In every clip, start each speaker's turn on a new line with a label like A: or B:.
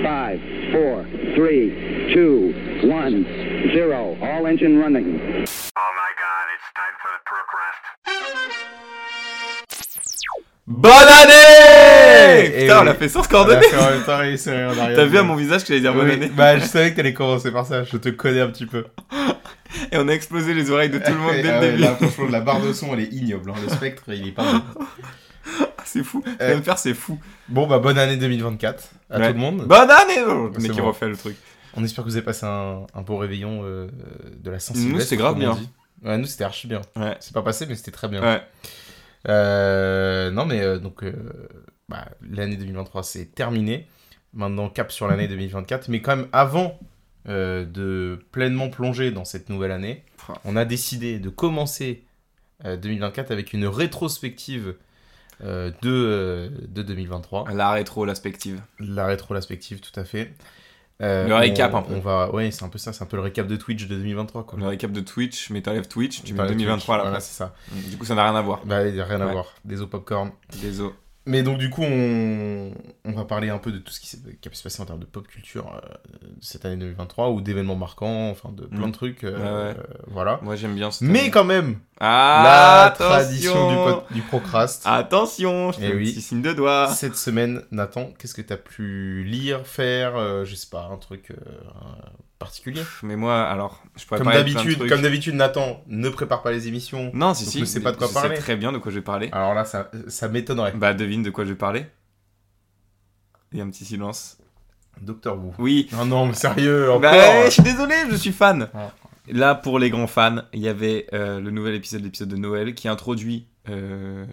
A: Five, four, three, two, one, zero. All engine running.
B: Oh my god, it's time for the perk rest.
C: Bonne année
D: Eh
C: Putain,
D: oui.
C: on l'a fait sans se
D: On l'a
C: coordonner
D: fait en même temps et c'est en arrière.
C: T'as vu à mon visage que j'allais dire bonne
D: Oui,
C: année
D: Bah, je savais que t'allais commencer par ça, je te connais un petit peu.
C: Et on a explosé les oreilles de tout le monde dès
D: Ah
C: le
D: ouais,
C: début.
D: Là, franchement, la barre de son, elle est ignoble. hein. Le spectre, il est pas bon.
C: C'est fou.
D: Euh.
C: Même faire, c'est fou.
D: Bon, bah, bonne année 2024 à
C: Ouais.
D: tout le monde.
C: Bonne année oh, Le
D: C'est
C: mec qui
D: bon.
C: refait le truc.
D: On espère que vous avez passé un, un beau réveillon euh, de la Saint-Sylvestre.
C: Nous, c'était grave
D: comme on
C: bien.
D: dit. Ouais, nous, c'était archi bien.
C: Ouais.
D: C'est pas passé, mais c'était très bien.
C: Ouais.
D: Euh, non, mais euh, donc, euh, bah, l'année 2023, c'est terminé. Maintenant, cap sur l'année 2024. Mais quand même, avant euh, de pleinement plonger dans cette nouvelle année,
C: Pouah.
D: on a décidé de commencer euh, 2024 avec une rétrospective euh, de, euh, de 2023.
C: La rétro, l'aspective.
D: La rétrospective, tout à fait. Euh,
C: Le récap,
D: on-
C: un peu.
D: On va... Ouais, c'est un peu ça, c'est un peu le récap de Twitch de 2023. Quoi.
C: Le récap de Twitch, mais t'enlèves Twitch, tu
D: Pas
C: mets
D: la
C: 2023 à
D: Twitch,
C: la
D: Voilà,
C: place.
D: c'est ça.
C: Du coup, ça n'a rien à voir.
D: Bah, y a rien à
C: Ouais.
D: voir. Des popcorn.
C: Désolé.
D: Mais donc du coup, on, on va parler un peu de tout ce qui, s'est- qui a pu se passer en termes de pop culture euh, cette année 2023 ou d'événements marquants, enfin de plein
C: Mhm.
D: de trucs, euh,
C: Ouais,
D: euh, voilà.
C: Moi, j'aime bien cette
D: Mais
C: année.
D: quand même,
C: Ah,
D: la
C: attention
D: tradition du, pod- du procrast.
C: Attention, je
D: Eh
C: fais un
D: oui.
C: petit signe de doigt.
D: Cette semaine, Nathan, qu'est-ce que t'as pu lire, faire, euh, je sais pas, un truc euh, euh, particulier
C: Mais moi, alors, je pourrais
D: Comme
C: parler de plein de
D: d'habitude,
C: trucs.
D: comme d'habitude, Nathan ne prépare pas les émissions.
C: Non, si,
D: Donc,
C: si.
D: je sais pas de quoi
C: je
D: parler.
C: sais très bien de quoi je vais parler.
D: Alors là, ça, ça m'étonnerait.
C: Bah, devine de quoi je vais parler. Il y a un petit silence.
D: Docteur Wu.
C: Oui.
D: Non, non, mais sérieux, encore. hein.
C: Bah, ouais, je suis désolé, je suis fan.
D: Ouais.
C: Là, pour les grands fans, il y avait euh, le nouvel épisode, l'épisode de Noël, qui introduit euh,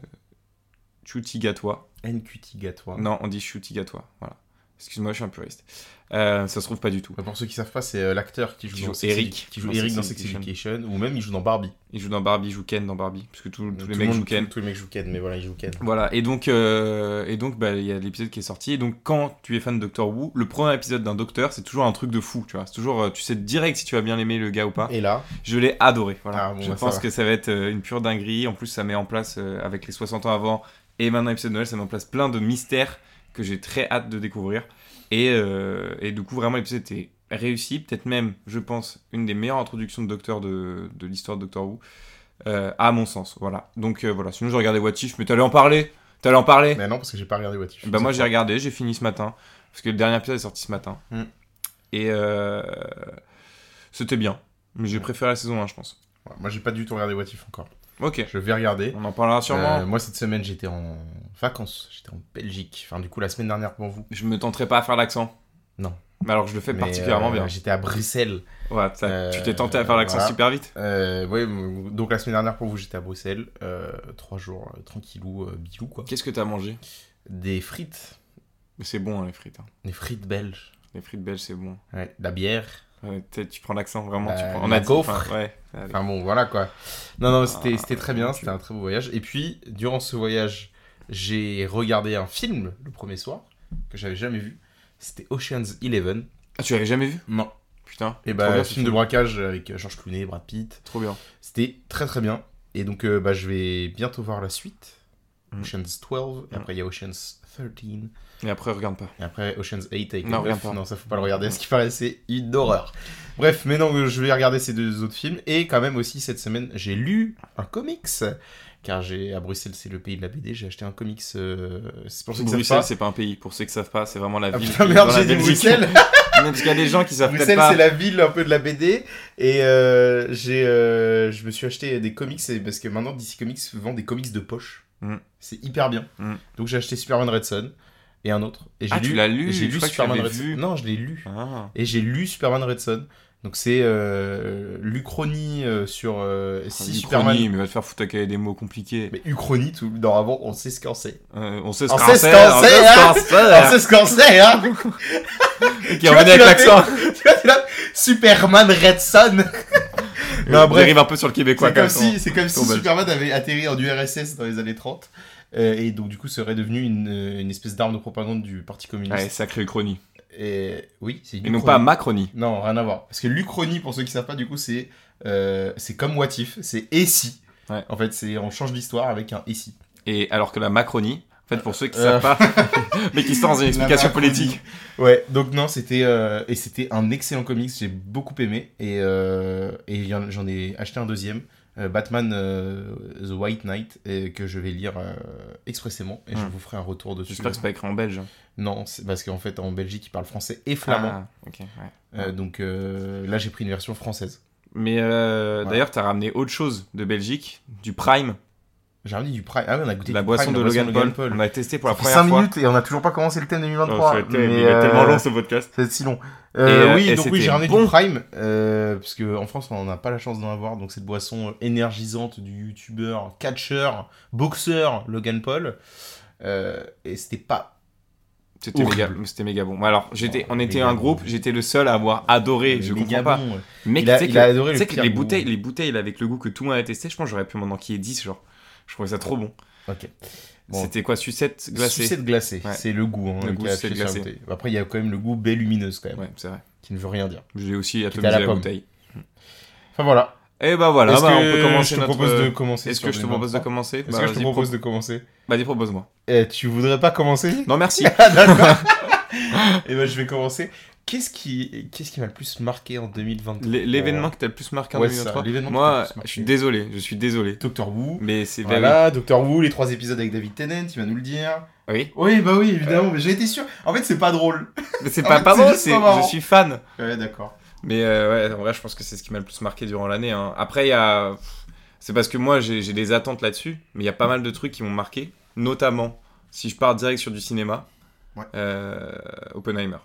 C: Chutigatois.
D: NQTigatoire.
C: Non, on dit Chutigatois. Voilà. Excuse-moi, je suis un puriste. Euh, ça se trouve pas du tout.
D: Bah, pour ceux qui savent pas, c'est euh, l'acteur qui joue,
C: Qui
D: dans
C: joue
D: Sex
C: Eric
D: Edu- qui joue
C: dans
D: Eric
C: Sex
D: dans Sex
C: Education.
D: Education, ou même il joue dans Barbie.
C: Il joue dans Barbie, il joue Ken dans Barbie, parce que tout- tous les
D: Euh, Tout
C: mecs
D: le
C: jouent
D: monde-
C: Ken.
D: Tous tous les mecs jouent Ken, mais voilà, ils jouent Ken.
C: Voilà, et donc, euh, et donc bah, il y a l'épisode qui est sorti. Et donc, quand tu es fan de Doctor Who, le premier épisode d'un Docteur, c'est toujours un truc de fou, tu vois. C'est toujours, euh, tu sais direct si tu vas bien aimer le gars ou pas.
D: Et là,
C: Je l'ai adoré, voilà.
D: Ah, bon,
C: je
D: bah, ça
C: pense
D: va.
C: que ça va être euh, une pure dinguerie. En plus, ça met en place, euh, avec les 60 ans avant et maintenant l'épisode de Noël, ça met en place plein de mystères que j'ai très hâte de découvrir. Et, euh, et du coup, vraiment, l'épisode était réussi. Peut-être même, je pense, une des meilleures introductions de Docteur de, de l'histoire de Doctor Who. euh, à mon sens, voilà. Donc euh, voilà, sinon je regardais What If, mais t'allais en parler T'allais en parler
D: mais non, parce que j'ai pas regardé What If.
C: bah moi j'ai regardé, j'ai fini ce matin, parce que le dernier épisode est sorti ce matin.
D: Mm.
C: Et euh, c'était bien, mais j'ai préféré la saison 1 je pense.
D: Ouais, Moi j'ai pas du tout regardé What If encore.
C: Ok,
D: Je vais regarder.
C: on en parlera sûrement.
D: Euh, moi cette semaine j'étais en vacances, j'étais en Belgique. Enfin, du coup, la semaine dernière pour vous.
C: Je me tenterai pas à faire l'accent.
D: Non.
C: Mais alors que je le fais
D: Mais,
C: particulièrement
D: euh,
C: bien.
D: J'étais à Bruxelles.
C: Ouais, ça-
D: euh,
C: tu t'es tenté à faire l'accent
D: voilà.
C: super vite.
D: Euh, ouais, m- donc la semaine dernière pour vous, j'étais à Bruxelles. Euh, trois jours euh, tranquillou, euh, bilou quoi.
C: Qu'est-ce que t'as mangé
D: Des frites,
C: Mais C'est bon hein, les frites. hein.
D: des frites belges,
C: Les frites belges c'est bon.
D: Ouais, de la bière.
C: Ouais, t'es- tu prends l'accent vraiment. tu
D: Euh,
C: prends...
D: la
C: dit-
D: gaufre.
C: enfin, ouais. allez.
D: Enfin bon, voilà quoi. Non, non, c'était
C: Ah,
D: c'était très bien,
C: mon
D: c'était un très beau voyage. Et puis, durant ce voyage, j'ai regardé un film le premier soir que j'avais jamais vu. C'était Ocean's Eleven.
C: Ah, tu l'avais jamais vu
D: Non.
C: Putain.
D: Et
C: trop
D: bah,
C: bien, ce
D: film de braquage avec euh, George Clooney, Brad Pitt.
C: Trop bien.
D: C'était très très bien. Et donc, euh, bah, je vais bientôt voir la suite.
C: Mm.
D: Ocean's 12, et
C: Mm.
D: après il y a Ocean's 13,
C: Et après regarde pas.
D: et après Ocean's 8 avec
C: Non,
D: les
C: regarde
D: meufs.
C: pas.
D: Non, ça faut pas le regarder, à ce qui paraît, c'est une horreur. Bref, mais non, je vais regarder ces deux autres films. Et quand même aussi, cette semaine, j'ai lu un comics. Car j'ai à Bruxelles, c'est le pays de la BD, j'ai acheté un comics. euh, C'est pour ceux qui savent
C: Bruxelles
D: pas.
C: c'est pas un pays. Pour ceux qui savent pas, c'est vraiment la
D: Ah
C: ville.
D: putain,
C: qui est
D: merde,
C: dans la
D: j'ai dit
C: Belgique.
D: Bruxelles.
C: Non, parce qu'il y a des gens qui savent peut-être
D: Bruxelles,
C: pas.
D: c'est la ville un peu de la BD. Et euh, j'ai, euh, je me suis acheté des comics et- parce que maintenant DC Comics vend des comics de poche.
C: Mm.
D: C'est hyper bien.
C: Mm.
D: Donc j'ai acheté Superman Red Son et un autre. Et j'ai
C: Ah,
D: lu,
C: tu l'as lu,
D: et J'ai
C: je
D: lu
C: crois que tu
D: Superman
C: l'avais
D: Red
C: vu.
D: Son. Non, je l'ai lu.
C: Ah.
D: Et j'ai lu Superman Red Son. Donc c'est euh, l'Uchronie euh, sur euh, si
C: Uchronie,
D: Superman.
C: mais va te faire foutre avec des mots compliqués.
D: Mais Uchronie, tout normalement, on sait ce qu'on sait.
C: Euh, on sait ce
D: On
C: qu'on
D: sait ce
C: sait,
D: qu'on
C: on
D: sait,
C: sait
D: hein.
C: ce qu'on sait.
D: On sait ce qu'on sait, hein
C: Qui
D: Tu vois,
C: revenait
D: tu
C: avec
D: l'as
C: l'accent.
D: fait. Tu vois, t'es là, Superman Red Son Non,
C: Il
D: bref.
C: arrive un peu sur le québécois
D: C'est comme
C: quand même.
D: si, c'est comme si
C: ton badge.
D: Superman avait atterri en URSS dans les années 30 euh, et donc du coup serait devenu une, euh, une espèce d'arme de propagande du Parti communiste.
C: Ouais, sacré Uchronie.
D: Et oui, c'est
C: Et non
D: l'Uchronie.
C: pas Macronie.
D: Non, rien à voir. Parce que l'Uchronie, pour ceux qui savent pas, du coup, c'est euh, c'est comme What If, c'est et si.
C: Ouais.
D: En fait, c'est on change l'histoire avec un et si.
C: Et alors que la Macronie, en En fait, pour ceux qui ne
D: Euh.
C: savent pas, mais qui sont dans une
D: La
C: explication
D: macronie.
C: politique.
D: Ouais, donc non, c'était euh, et c'était un excellent comics, j'ai beaucoup aimé et, euh, et il y en- j'en ai acheté un deuxième, euh, Batman euh, The White Knight, et que je vais lire euh, expressément et je
C: Hmm.
D: vous ferai un retour dessus.
C: J'espère que c'est pas écrit en belge. hein.
D: Non, c'est parce qu'en fait en Belgique ils parlent français et flamand,
C: Ah, ok, ouais.
D: Euh, donc euh, là j'ai pris une version française.
C: Mais euh,
D: Ouais.
C: d'ailleurs, t'as ramené autre chose de Belgique, du Prime,
D: J'ai ramené du Prime, ah oui on a goûté
C: la
D: du
C: boisson
D: Prime,
C: de
D: la
C: Logan, Paul.
D: Paul.
C: On a testé pour la
D: Ça fait
C: première
D: cinq
C: fois.
D: minutes et on a toujours pas commencé le thème 2023.
C: Oh, ça a été-
D: mais,
C: il est tellement
D: euh,
C: long ce podcast.
D: C'est si long.
C: euh,
D: oui,
C: et
D: donc oui,
C: c'était
D: j'ai ramené
C: bon.
D: du Prime, euh, parce que en France, on n'a pas la chance d'en avoir. Donc cette boisson énergisante du youtubeur, catcheur, boxeur Logan Paul. Euh, et c'était pas.
C: C'était
D: Horrible.
C: méga, c'était méga bon. Alors, j'étais, on était
D: Méga
C: un groupe,
D: bon.
C: j'étais le seul à avoir adoré. Je
D: méga
C: comprends pas.
D: bon.
C: Mec,
D: Il a-
C: tu sais
D: il
C: que-
D: a adoré
C: tu
D: le
C: sais que
D: pire
C: les
D: goût.
C: bouteilles, les bouteilles là, avec le goût que tout le monde a testé, je pense que j'aurais pu m'en enquiller 10 genre. Je trouvais ça trop bon.
D: Ok. Bon.
C: C'était quoi sucette glacée
D: Sucette glacée,
C: Ouais.
D: c'est le goût. hein,
C: Le
D: qui
C: goût
D: est affiché
C: sucette
D: sur la
C: glacée.
D: bouteille. Après, il y a quand même le goût baie lumineuse, quand même,
C: Ouais, c'est vrai.
D: qui ne veut rien dire.
C: J'ai aussi
D: était à
C: atomisé
D: la
C: la,
D: pomme.
C: bouteille.
D: Enfin voilà.
C: Et bah voilà,
D: Est-ce
C: bah,
D: que
C: on peut commencer
D: je te
C: notre- euh,
D: propose de commencer
C: Est-ce
D: sur
C: que je te propose de
D: 2023?
C: commencer
D: Est-ce
C: Bah,
D: que je te
C: vas-y,
D: propose
C: pro-
D: de commencer
C: Vas-y, propose-moi.
D: Eh, Tu voudrais pas commencer
C: Non, merci.
D: Ah, D'accord. Et ben je vais commencer. Qu'est-ce qui, qu'est-ce qui m'a le plus marqué en 2023
C: L'é- L'événement que t'as le plus marqué en
D: Ouais, c'est ça,
C: 2023.
D: l'événement que t'as le
C: Moi,
D: plus marqué.
C: je suis désolé, je suis désolé.
D: Doctor Who.
C: Mais c'est bah
D: Voilà, Doctor Who, les trois épisodes avec David Tennant, tu vas nous le dire.
C: oui. Ah Oui.
D: Oui, bah oui, évidemment, mais j'ai été sûr. En fait, c'est pas drôle.
C: Mais c'est
D: En
C: pas
D: fait,
C: pas
D: c'est
C: bon,
D: juste
C: c'est
D: pas marrant.
C: je suis fan.
D: Ouais, d'accord.
C: Mais euh, ouais, en vrai, je pense que c'est ce qui m'a le plus marqué durant l'année. hein. Après, il y a. pff, C'est parce que moi, j'ai j'ai des attentes là-dessus, mais il y a pas mal de trucs qui m'ont marqué. Notamment, si je pars direct sur du cinéma,
D: Ouais.
C: euh, Oppenheimer.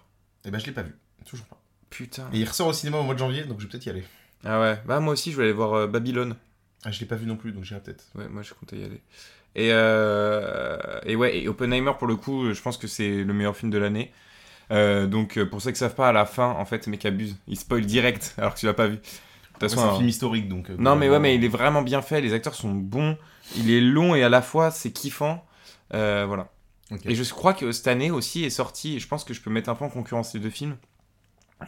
D: Et ben je l'ai pas vu, toujours pas.
C: Putain.
D: Et il ressort au cinéma au mois de janvier, donc je vais peut-être y aller.
C: Ah ouais, bah moi aussi, je voulais aller voir euh, Babylone.
D: Ah, je l'ai pas vu non plus, donc j'irai peut-être.
C: Ouais, moi, je comptais y aller. Et, euh, et ouais, et Oppenheimer, pour le coup, je pense que c'est le meilleur film de l'année. Euh, donc, euh, pour ceux qui savent pas, à la fin, en fait, mec abuse. Il spoil direct, alors que tu l'as pas vu. De toute
D: Ouais,
C: façon, hein.
D: c'est un
C: alors-
D: film historique, donc. euh,
C: Non, mais ouais,
D: globalement,
C: mais il est vraiment bien fait. Les acteurs sont bons. Il est long et à la fois c'est kiffant. Euh, voilà.
D: ok.
C: Et je crois que cette année aussi est sorti. Et je pense que je peux mettre un peu en concurrence les deux films.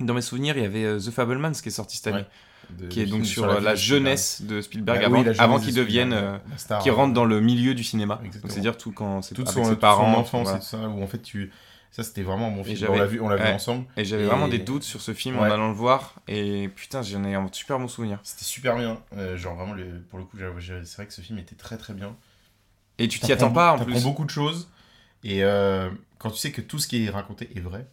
C: Dans mes souvenirs, il y avait euh, The Fablemans qui est sorti cette année,
D: De-
C: qui est
D: du
C: donc
D: film
C: sur, euh, la,
D: vie de
C: jeunesse de Spielberg
D: Spielberg. Bah
C: avant,
D: oui, la jeunesse
C: avant
D: de
C: qu'il
D: Spielberg,
C: devienne, euh,
D: la star,
C: qui
D: euh,
C: rentre dans le milieu du cinéma.
D: Exactement.
C: Donc, C'est-à-dire tout quand c'est
D: toute
C: avec
D: son,
C: ses
D: toute son
C: parents.
D: enfance
C: voilà.
D: et tout ça, où en fait tu. Ça c'était vraiment mon film.
C: j'avais-
D: On l'a vu, on l'a vu
C: ouais.
D: ensemble.
C: Et j'avais
D: Et-
C: vraiment des doutes sur ce film en
D: Ouais.
C: allant le voir. Et putain, j'en ai un super bon souvenir.
D: C'était super bien. Euh, genre vraiment, le- pour le coup, j'avoue, j'ai- c'est vrai que ce film était très très bien.
C: Et tu t'y attends pas en
D: T'apprends
C: plus.
D: beaucoup de choses. Et euh, quand tu sais que tout ce qui est raconté est vrai,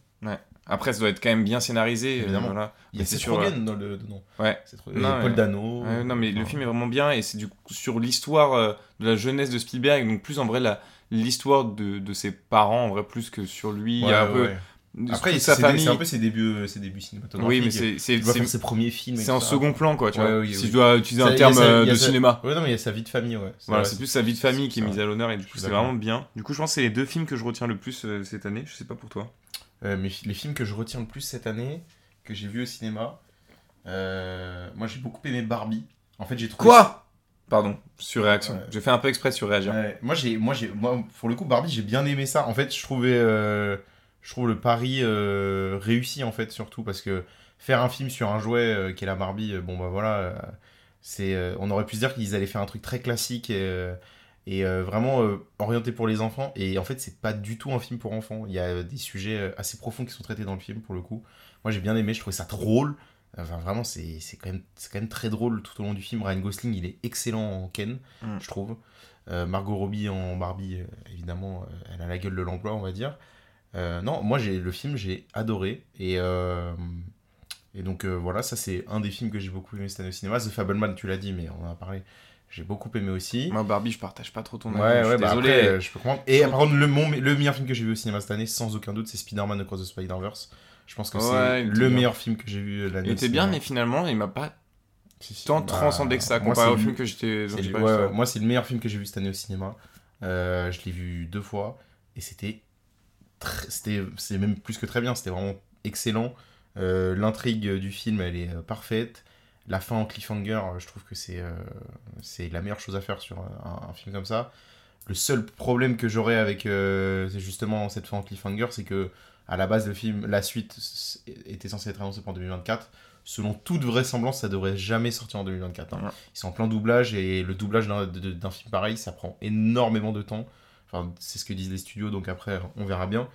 C: Après, ça doit être quand même bien scénarisé. euh,
D: Évidemment.
C: voilà.
D: il y a
C: Mais c'est
D: Seth
C: sûr,
D: Rogen dans le dedans.
C: Ouais.
D: Seth Rogen.
C: Non,
D: Et Paul
C: mais-
D: Dano.
C: Ouais, non, mais le
D: Enfin,
C: film est vraiment bien et c'est du coup sur l'histoire euh, de la jeunesse de Spielberg, donc plus en vrai la l'histoire de, de ses parents en vrai plus que sur lui il y a
D: ouais,
C: un peu
D: ouais.
C: de-
D: Après,
C: toute
D: c'est c'est un peu ses débuts, euh, ses débuts cinématographiques.
C: oui mais c'est c'est
D: Il va
C: c'est-
D: faire ses premiers films. et
C: c'est en
D: tout ça.
C: second plan quoi tu
D: Ouais,
C: vois
D: oui,
C: si
D: oui.
C: je dois utiliser
D: Ça,
C: un
D: il y a
C: terme
D: sa-
C: euh,
D: il y a
C: de
D: sa-
C: cinéma
D: Ouais, non, mais il y a sa vie de famille, ouais. C'est
C: voilà
D: vrai,
C: c'est plus sa vie de famille qui est
D: c'est
C: mise à l'honneur et du coup
D: suis
C: c'est
D: d'accord.
C: vraiment bien du coup je pense que c'est les deux films que je retiens le plus euh, cette année je sais pas pour toi
D: Euh, mes fi- les films que je retiens le plus cette année, que j'ai vu au cinéma, euh, moi j'ai beaucoup aimé Barbie. En fait, j'ai trouvé.
C: pardon surréaction
D: Ouais.
C: j'ai fait un peu exprès de surréagir
D: Ouais, moi, j'ai, moi, j'ai, moi, pour le coup, Barbie, j'ai bien aimé ça. En fait, je trouvais, euh, je trouve le pari euh, réussi en fait, surtout parce que faire un film sur un jouet euh, qui est la Barbie, euh, bon bah voilà, euh, c'est, euh, on aurait pu se dire qu'ils allaient faire un truc très classique et, euh, et, euh, vraiment euh, orienté pour les enfants. Et en fait, c'est pas du tout un film pour enfants. Il y a euh, des sujets euh, assez profonds qui sont traités dans le film pour le coup. Moi, j'ai bien aimé. Je trouvais ça drôle. Enfin, vraiment, c'est, c'est quand même, c'est quand même très drôle tout au long du film. Ryan Gosling, il est excellent en Ken,
C: Mm.
D: je trouve. Euh, Margot Robbie en Barbie, euh, évidemment, euh, elle a la gueule de l'emploi, on va dire. Euh, non, moi, j'ai le film, j'ai adoré. Et, euh, et donc, euh, voilà, ça, c'est un des films que j'ai beaucoup aimé cette année au cinéma. The Fableman, tu l'as dit, mais on en a parlé. J'ai beaucoup aimé aussi.
C: moi Barbie je partage pas trop ton
D: Ouais,
C: avis
D: ouais,
C: je suis
D: bah
C: désolé
D: après, euh, je peux comprendre. Et par contre, le, mon- le meilleur film que j'ai vu au cinéma cette année, sans aucun doute, c'est Spider-Man Across the Spider-Verse. Je pense que
C: Ouais,
D: c'est
C: il était
D: le
C: bien.
D: meilleur film que j'ai vu euh, l'année
C: il était bien mais finalement il m'a pas tant transcendé que ça comparé au film que j'étais dont
D: c'est
C: j'ai
D: Bah, le-
C: pas
D: ouais,
C: vu ça.
D: ouais, moi, c'est le meilleur film que j'ai vu cette année au cinéma. Euh, je l'ai vu deux fois et c'était tr- c'était c'est même plus que très bien. C'était vraiment excellent. Euh, L'intrigue du film, elle est euh, parfaite. La fin en cliffhanger, euh, je trouve que c'est euh, c'est la meilleure chose à faire sur euh, un, un film comme ça. Le seul problème que j'aurais avec euh, c'est justement cette fin en cliffhanger, c'est que à la base le film, la suite s- était censée être annoncée pour 2024. Selon toute vraisemblance, ça devrait jamais sortir en 2024. hein.
C: Ouais.
D: Ils sont en plein doublage et le doublage d'un de- d'un film pareil, ça prend énormément de temps. Enfin, Enfin, c'est ce que disent les studios, donc après, on verra bien.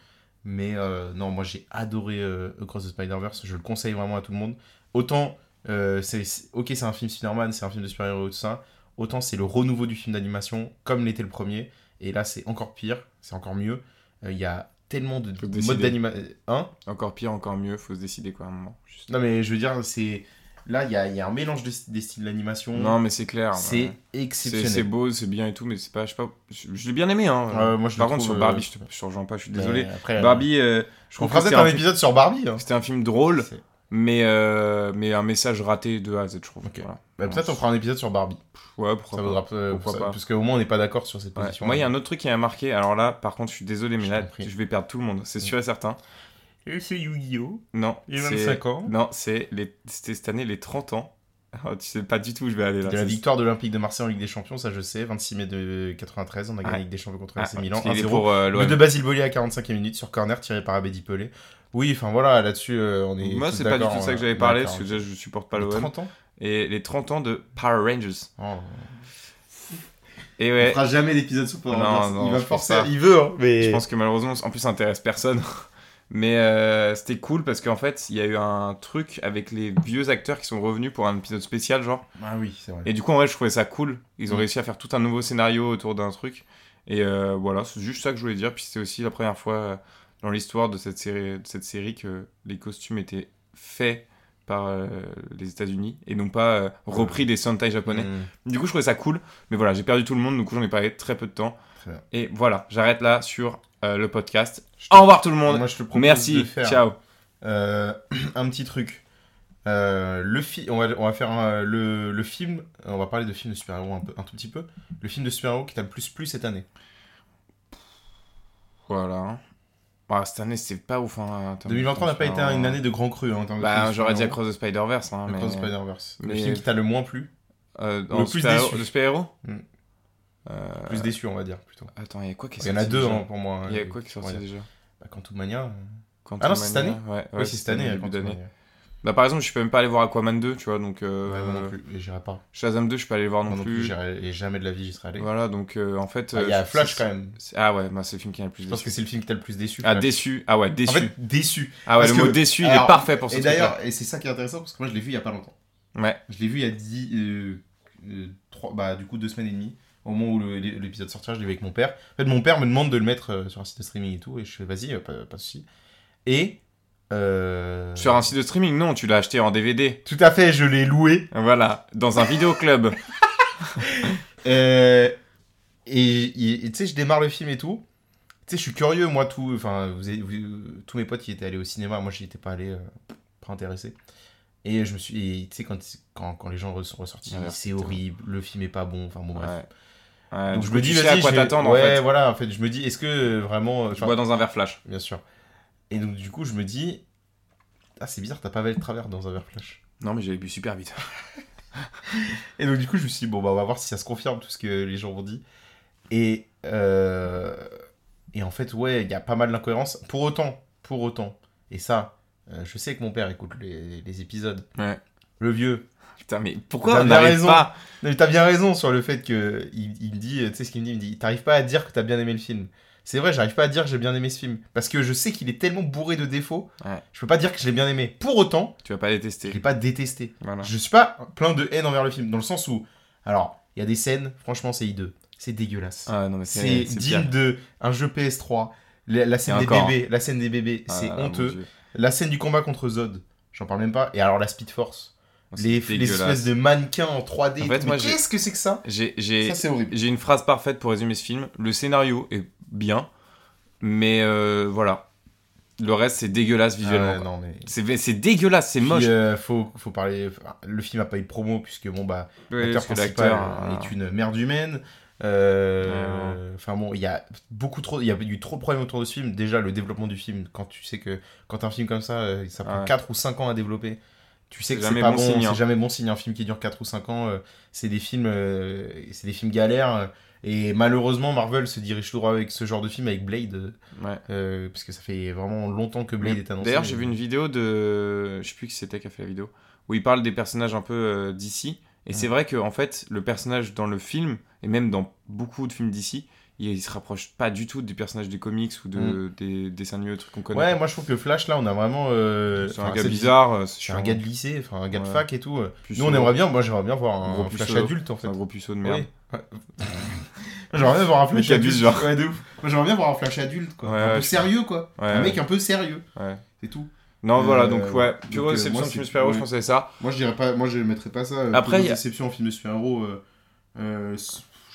D: Mais euh, non, moi j'ai adoré euh, Across the Spider-Verse, je le conseille vraiment à tout le monde. Autant, euh, c'est, c'est- ok, c'est un film Spider-Man, c'est un film de super-héros, tout ça, autant c'est le renouveau du film d'animation, comme l'était le premier. Et là, c'est encore pire, c'est encore mieux. Euh, Il y a tellement de,
C: Faut
D: de
C: décider.
D: modes d'animation. Hein
C: Encore pire, encore mieux, faut se décider quoi à un moment. Juste.
D: Non, mais je veux dire, c'est. Là, il y a, il y a un mélange de- des styles d'animation.
C: Non, mais c'est clair.
D: Mm. c'est
C: ouais. C'est
D: exceptionnel.
C: c'est beau, c'est bien et tout, mais c'est pas, je sais pas, je, je l'ai bien aimé. Hein.
D: Ouais, moi, je le
C: Par contre,
D: trouve,
C: sur Barbie,
D: euh,
C: je te je te rejoins pas, je suis
D: Mais
C: désolé.
D: après,
C: Barbie, euh, je
D: On
C: trouve que
D: fera
C: c'était
D: peut-être
C: un,
D: un
C: film-
D: épisode sur Barbie. hein.
C: c'était un film drôle,
D: C'est- bah,
C: mais, euh, mais un message raté de A à Z, je trouve.
D: Ok.
C: Voilà.
D: Bah, peut-être on fera un épisode sur Barbie.
C: Ouais, pourquoi pas.
D: ça vaudra euh,
C: Pourquoi
D: ça-
C: pas.
D: parce qu'au moins on n'est pas d'accord sur cette
C: Ouais.
D: position.
C: Moi, il y a un autre truc qui m'a marqué. Alors là, par contre, je suis désolé, mais
D: Je
C: là,
D: t'en prie.
C: je vais perdre tout le monde. C'est sûr et certain.
D: Et c'est Yu-Gi-Oh.
C: Non.
D: Il a
C: c'est-
D: 25 ans.
C: Non, c'est les... c'était cette année les 30 ans. Ah, tu sais pas du tout où je vais aller là.
D: De la
C: C'est-
D: victoire de l'Olympique de Marseille en Ligue des Champions, ça je sais. 26 mai de 93, on a gagné
C: Ah.
D: la Ligue des Champions contre
C: Ah,
D: AC Milan.
C: il est
D: 1-0.
C: pour euh,
D: Le
C: l'OM.
D: de Basile Boli à 45e minute sur corner tiré par Abedi Pelé. Oui, enfin voilà, là-dessus euh, on est.
C: Moi,
D: tous
C: c'est pas du
D: d'accord,
C: tout ça que
D: euh,
C: j'avais parlé
D: d'accord.
C: parce que déjà, je supporte pas
D: Les
C: l'OM.
D: 30 ans
C: Et les 30 ans de Power Rangers.
D: Oh.
C: Et
D: On
C: ouais,
D: fera jamais d'épisode sur Power
C: Non,
D: Rangers.
C: non,
D: il va
C: je pense
D: forcer,
C: pas.
D: il veut, hein, mais.
C: Je pense que malheureusement, en plus, ça intéresse personne. Mais euh, c'était cool parce qu'en fait, il y a eu un truc avec les vieux acteurs qui sont revenus pour un épisode spécial, genre.
D: Ah oui, c'est vrai.
C: Et du coup, en vrai, je trouvais ça cool. Ils ont
D: Mm.
C: réussi à faire tout un nouveau scénario autour d'un truc. Et euh, voilà, c'est juste ça que je voulais dire. Puis c'était aussi la première fois euh, dans l'histoire de cette série, de cette série que les costumes étaient faits par euh, les États-Unis et non pas euh, repris des Sentai japonais.
D: Mm.
C: Du coup, je trouvais ça cool. Mais voilà, j'ai perdu tout le monde. Du coup, j'en ai parlé très peu de temps.
D: Très bien.
C: Et voilà, j'arrête là sur euh, le podcast.
D: Je te-
C: Au revoir tout le monde.
D: Moi, je te propose de
C: Merci.
D: faire-
C: Ciao.
D: Euh, un petit truc. Euh, le fi- on, va, on va faire un- le, le film, on va parler de film de super-héros un, peu- un tout petit peu. Le film de super-héros qui t'a le plus plu cette année.
C: Voilà. Bah, cette année, c'était pas ouf. hein. Attends,
D: 2023 n'a pas été
C: attends,
D: une année de grand cru. hein, en termes de
C: Bah,
D: films
C: j'aurais dit
D: super-héros.
C: Across the Spider-Verse. Hein, mais...
D: Across the Spider-Verse. Le
C: mais-
D: film qui t'a le moins plu,
C: Euh,
D: Le
C: en
D: plus
C: super-
D: déçu.
C: De super-héros
D: Mm.
C: Euh,
D: plus déçu, on va dire plutôt.
C: Attends, il y a quoi qui est
D: Il y en a
C: sorti
D: deux
C: déjà
D: hein, pour moi.
C: Il y
D: euh,
C: a quoi qui est
D: on va
C: sorti
D: dire.
C: déjà
D: Bah, Quantumania. euh,
C: Quantumania,
D: c'est cette année
C: Ouais, ouais,
D: oui, c'est cette année.
C: début d'année.
D: Quantumania.
C: Bah, par exemple, je peux même pas aller voir Aquaman 2, tu vois, donc.
D: Ouais,
C: Euh,
D: moi non plus. et J'irai pas.
C: Shazam 2, je peux aller le voir non,
D: Moi non plus,
C: plus.
D: j'irai- et jamais de la vie, j'y serai allé.
C: Voilà, donc euh, en fait.
D: Ah, Il y
C: euh,
D: a
C: c'est-
D: Flash
C: c'est-
D: quand même.
C: c'est- Ah ouais, moi c'est le film qui m'a le plus
D: Je pense
C: déçu.
D: que c'est le film qui t'a le plus déçu.
C: Ah,
D: Flash.
C: déçu. Ah ouais, déçu.
D: En fait, déçu.
C: ah ouais, le
D: parce
C: mot
D: que-
C: déçu, il
D: alors,
C: est parfait pour ce
D: Et
C: truc-là.
D: d'ailleurs, et c'est ça qui est intéressant parce que moi je l'ai vu il y a pas longtemps.
C: Ouais.
D: Je l'ai vu il y a 10, euh, euh, trois- bah, du coup deux semaines et demie. Au moment où le- l'épisode sortira, je l'ai vu avec mon père. En fait, mon père me demande de le mettre euh, sur un site de streaming et tout, et je fais vas-y, euh, pas, pas de souci. Et euh,
C: Sur un site de streaming, non, tu l'as acheté en DVD.
D: tout à fait, je l'ai loué.
C: Voilà, dans un vidéoclub.
D: Euh, et et- et tu sais, je démarre le film et tout. Tu sais, je suis curieux, moi, tout. Enfin, vous avez- vous- tous mes potes qui étaient allés au cinéma, moi, j'y étais pas allé, euh, pas intéressé. Et je me suis. et Tu sais, quand, quand, quand les gens re- sont ressortis,
C: Ouais,
D: c'est
C: Ah, putain.
D: horrible, le film est pas bon. Enfin, bon,
C: Ouais.
D: bref.
C: Ouais,
D: Donc,
C: du
D: je
C: coup,
D: me
C: tu
D: dis,
C: sais
D: vas-y.
C: à quoi
D: je vais-
C: t'attendre en
D: ouais,
C: fait.
D: voilà, en fait, je me dis, est-ce que euh, vraiment. euh,
C: Tu
D: enfin,
C: bois dans un verre flash.
D: Bien sûr. Et donc, du coup, je me dis. Ah, c'est bizarre, t'as pas le travers dans un verre flash.
C: Non, mais j'avais bu super vite.
D: Et donc, du coup, je me suis dit, bon, bah, on va voir si ça se confirme tout ce que les gens ont dit. Et, euh, et en fait, ouais, il y a pas mal d'incohérences. Pour autant, pour autant, et ça, euh, je sais que mon père écoute les, les épisodes.
C: Ouais.
D: Le vieux.
C: Putain, mais pourquoi
D: T'as
C: on
D: bien
C: n'arrive
D: raison.
C: pas
D: Non, mais t'as bien raison sur le fait que il, il me dit, tu sais ce qu'il me dit, il me dit, t'arrives pas à dire que t'as bien aimé le film. C'est vrai, j'arrive pas à dire que j'ai bien aimé ce film. Parce que je sais qu'il est tellement bourré de défauts,
C: Ouais.
D: je peux pas dire que je l'ai bien aimé. Pour autant,
C: Tu vas pas les
D: je l'ai
C: tester.
D: pas détesté.
C: Voilà.
D: Je suis pas plein de haine envers le film, dans le sens où, alors, il y a des scènes, franchement, c'est hideux. C'est dégueulasse.
C: Ah non, mais
D: c'est
C: c'est c'est pire.
D: digne de un jeu PS3. La, la scène
C: Et
D: des
C: encore,
D: bébés, la scène des bébés,
C: Ah
D: c'est
C: là là, mon
D: honteux.
C: Dieu.
D: La scène du combat contre Zod, j'en parle même pas. Et alors la Speed Force,
C: Oh, C'est
D: les, les
C: dégueulasse.
D: espèces de mannequins en 3D. et
C: En fait,
D: tout.
C: moi,
D: Mais
C: j'ai-
D: qu'est-ce que c'est que ça
C: J'ai- J'ai
D: Ça, c'est horrible.
C: j'ai une phrase parfaite pour résumer ce film. Le scénario est bien, mais euh, voilà. Le reste, c'est dégueulasse visuellement.
D: Ah ouais,
C: quoi.
D: non, mais...
C: C'est c'est dégueulasse, c'est
D: Puis,
C: moche.
D: euh, faut, faut parler. Le film a pas eu de promo, puisque bon, bah,
C: Ouais,
D: L'acteur
C: parce que
D: principal
C: l'acteur, euh,
D: est une merde humaine. Euh, Enfin bon, il y a beaucoup trop, il y a eu trop de problèmes autour de ce film. Déjà le développement du film, quand tu sais que quand un film comme ça, euh, ça prend
C: Ouais.
D: 4 ou 5 ans à développer, tu sais
C: C'est
D: que c'est
C: jamais
D: pas
C: bon
D: bon,
C: signe, hein.
D: c'est jamais bon signe. Un film qui dure 4 ou 5 ans, euh, c'est des films, euh, c'est des films galères. euh, Et malheureusement, Marvel se dirige tout droit avec ce genre de film, avec Blade,
C: ouais.
D: euh, parce que ça fait vraiment longtemps que Blade
C: Mais
D: est annoncé.
C: D'ailleurs, j'ai vu une vidéo de. Je sais plus qui c'était qui a fait la vidéo. Où il parle des personnages un peu euh, d'ici. Et
D: Mm.
C: c'est vrai que, en fait, le personnage dans le film, et même dans beaucoup de films d'ici, il, il se rapproche pas du tout des personnages des comics ou de,
D: Mm.
C: des dessins animés, des trucs qu'on connaît.
D: Ouais, moi je trouve que Flash là, on a vraiment. euh,
C: c'est
D: enfin,
C: un gars
D: c'est-
C: bizarre, euh, c'est
D: C'est un
C: chiant.
D: gars de lycée, enfin un gars de
C: Ouais.
D: fac et tout. euh.
C: Puceau.
D: Nous on aimerait bien, moi j'aimerais bien voir
C: Gros
D: un Flash
C: puceau.
D: adulte en fait.
C: C'est un gros puceau de merde.
D: Oui. J'aimerais bien voir un
C: Mec
D: flash
C: abuse,
D: adulte.
C: genre.
D: Ouais, de ouf. Moi j'aimerais bien voir un flash adulte, quoi.
C: Ouais,
D: un
C: ouais,
D: peu
C: je-
D: sérieux, quoi.
C: Ouais,
D: un mec
C: ouais.
D: un peu sérieux.
C: Ouais.
D: C'est tout.
C: Non,
D: Euh,
C: voilà, donc ouais,
D: donc,
C: pure
D: euh,
C: déception
D: moi,
C: de
D: c'est-
C: film super-héros, je
D: ouais.
C: pensais à ça.
D: Moi je dirais pas, moi je mettrais pas ça. euh,
C: Après,
D: pour
C: il y a-
D: déception en film de super-héros. euh, euh,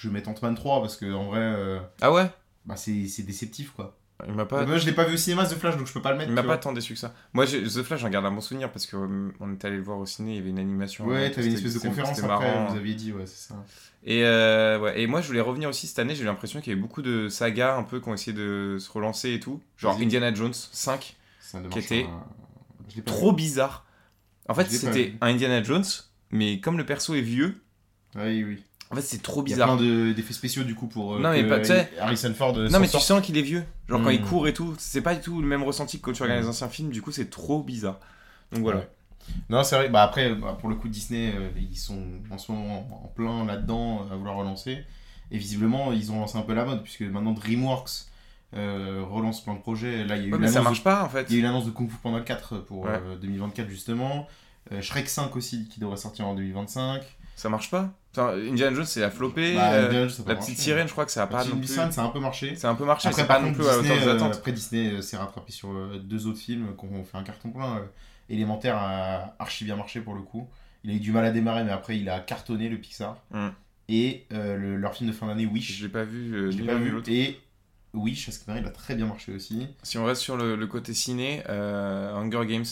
D: je vais mettre Ant-Man 3 parce que en vrai, euh,
C: Ah ouais
D: bah, c'est c'est déceptif, quoi.
C: Il m'a pas,
D: Moi je l'ai pas vu au cinéma ce Flash donc je peux pas le mettre.
C: il m'a
D: tu
C: pas
D: vois.
C: tant déçu que ça. Moi, j'ai- The Flash, j'en garde un bon souvenir parce que euh, on était allé le voir au ciné, il y avait une animation. euh,
D: Ouais, t'avais une
C: c'était-
D: espèce de
C: c'était-
D: conférence
C: c'était
D: après,
C: marrant. hein.
D: vous aviez dit, ouais, c'est ça.
C: Et, euh, ouais. et moi, je voulais revenir aussi cette année. J'ai eu l'impression qu'il y avait beaucoup de sagas un peu qui ont essayé de se relancer et tout. Genre
D: Vas-y.
C: Indiana Jones 5,
D: Ça ne
C: Qui
D: marche
C: était
D: pas. Je l'ai pas
C: trop bizarre. En fait,
D: Je l'ai pas
C: c'était
D: vu.
C: un Indiana Jones, mais comme le perso est vieux,
D: vu. Oui, oui.
C: en fait, c'est trop
D: Il y a
C: bizarre.
D: plein de- d'effets spéciaux du coup pour. euh,
C: Non, mais
D: que
C: pas- tu sais-
D: Harrison Ford. euh,
C: Non, mais
D: s'en
C: tu sens qu'il est vieux. Genre quand il
D: Hmm.
C: court et tout, c'est pas du tout le même ressenti que quand tu regardes les anciens films. Du coup, c'est trop bizarre. Donc voilà.
D: Ouais. Non, c'est vrai. Bah, après, bah, pour le coup, Disney, euh, ils sont en ce moment en plein là-dedans euh, à vouloir relancer. Et visiblement, ils ont lancé un peu la mode, puisque maintenant DreamWorks euh, relance plein de projets. Là, il y a eu
C: Ouais, mais
D: l'annonce
C: ça
D: de-
C: marche pas en fait.
D: il y a eu l'annonce de Kung Fu Panda 4 pour
C: Ouais.
D: euh, 2024, justement. Euh, Shrek 5 aussi, qui devrait sortir en 2025.
C: Ça marche pas. Enfin, Indiana Jones, c'est a flopé.
D: Bah,
C: euh,
D: Indiana Jones, ça a pas
C: la petite
D: marché. hein.
C: sirène, je crois que ça a
D: La
C: pas
D: petite
C: non plus.
D: Bisane, ça a un peu marché.
C: C'est un peu marché,
D: euh, Après,
C: c'est
D: par
C: pas non
D: contre,
C: plus à
D: Disney,
C: hauteur des
D: euh,
C: attentes.
D: après, Disney euh, s'est rattrapé sur euh, deux autres films qui ont fait un carton plein. euh, élémentaire a archi bien marché pour le coup. Il a eu du mal à démarrer, mais après, il a cartonné le Pixar.
C: Mm.
D: Et euh, le- leur film de fin d'année, Wish.
C: Je l'ai pas vu. euh,
D: Je l'ai
C: ni
D: pas
C: l'un ni
D: vu.
C: l'autre.
D: Et Wish, à ce qui paraît, il a très bien marché aussi.
C: Si on reste sur le, le côté ciné, euh, Hunger Games,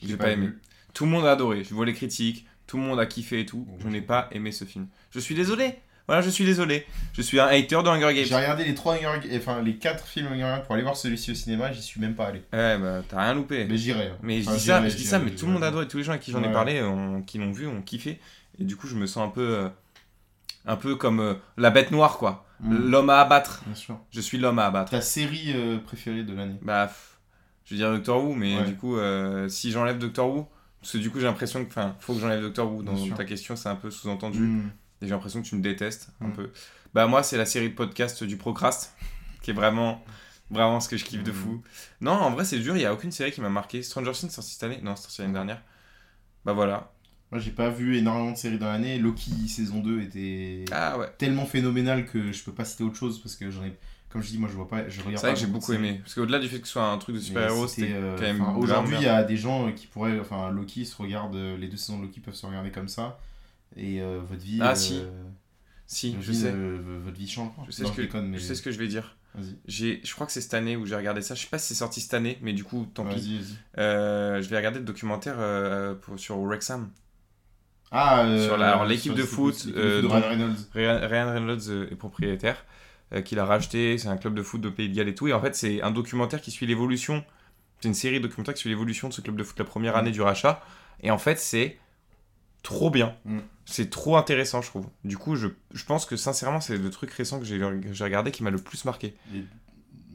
D: Je
C: j'ai
D: l'ai
C: pas, aimé.
D: vu.
C: Tout le monde a adoré. Je vois les critiques, tout le monde a kiffé et tout.
D: Ouais.
C: Je n'ai pas aimé ce film. Je suis désolé. Voilà, je suis désolé. Je suis un hater de Hunger
D: J'ai
C: Games.
D: regardé les trois Hunger- enfin les quatre films Hunger Games pour aller voir celui-ci au cinéma, j'y suis même pas allé.
C: Ouais, bah t'as rien loupé.
D: Mais j'irai. hein.
C: Mais je
D: Enfin,
C: dis ça,
D: j'irai,
C: je dis
D: j'irai,
C: ça, mais
D: j'irai.
C: tout le monde adore et tous les gens à qui j'en ai
D: Ouais.
C: parlé, ont- qui l'ont vu, ont kiffé. Et du coup, je me sens un peu, euh, un peu comme euh, la bête noire, quoi.
D: Mm,
C: L'homme à abattre.
D: Bien sûr.
C: Je suis l'homme à abattre.
D: Ta série euh, préférée de l'année
C: Bah, pff, je veux dire Doctor Who, mais
D: Ouais.
C: du coup, euh, si j'enlève Doctor Who, parce que du coup, j'ai l'impression que, enfin, faut que j'enlève Doctor Who. Dans
D: Bien sûr.
C: ta question, c'est un peu sous-entendu.
D: Mm.
C: Et j'ai l'impression que tu me détestes un
D: Mm.
C: peu. Bah moi, c'est la série de podcast du Procrast, qui est vraiment, vraiment ce que je
D: Mm.
C: kiffe de fou. Non, en vrai, c'est dur, il n'y a aucune série qui m'a marqué. Stranger Things sorti cette année Non, c'est sorti l'année dernière. Bah voilà.
D: Moi, j'ai pas vu énormément de séries dans l'année. Loki saison 2 était
C: Ah ouais.
D: tellement phénoménal que je peux pas citer autre chose parce que j'en ai. Comme je dis, moi, je vois pas. Je regarde
C: C'est vrai
D: pas
C: que j'ai beaucoup
D: beaucoup de séries.
C: aimé. Parce qu'au-delà du fait que ce soit un truc de
D: Mais
C: super-héros,
D: c'était,
C: c'était
D: euh,
C: quand même
D: enfin, Aujourd'hui,
C: bien.
D: il y a des gens qui pourraient. Enfin, Loki se regarde. euh, Les deux saisons de Loki peuvent se regarder comme ça. Et euh, votre vie.
C: Ah,
D: euh,
C: si. Si,
D: votre
C: je
D: vie,
C: sais.
D: euh, votre vie change.
C: Je sais,
D: Non,
C: ce que,
D: déconne, mais-
C: je sais ce que je vais dire.
D: Vas-y.
C: J'ai, je crois que c'est cette année où j'ai regardé ça. Je sais pas si c'est sorti cette année, mais du coup, tant pis.
D: Vas-y, vas-y.
C: Euh, je vais regarder le documentaire euh, pour- sur Wrexham.
D: Ah, euh,
C: Sur la- alors, l'équipe
D: sur
C: de foot,
D: l'équipe
C: euh,
D: de
C: dont-
D: Ryan Reynolds.
C: Ryan Ryan Reynolds euh, est propriétaire, euh, qu'il a racheté, c'est un club de foot de Pays de Galles et tout. Et en fait, c'est un documentaire qui suit l'évolution, c'est une série documentaire qui suit l'évolution de ce club de foot la première année du rachat. Et en fait, c'est trop bien.
D: Mm.
C: C'est trop intéressant, je trouve. Du coup, je, je pense que sincèrement, c'est le truc récent que j'ai que j'ai regardé qui m'a le plus marqué.
D: Et-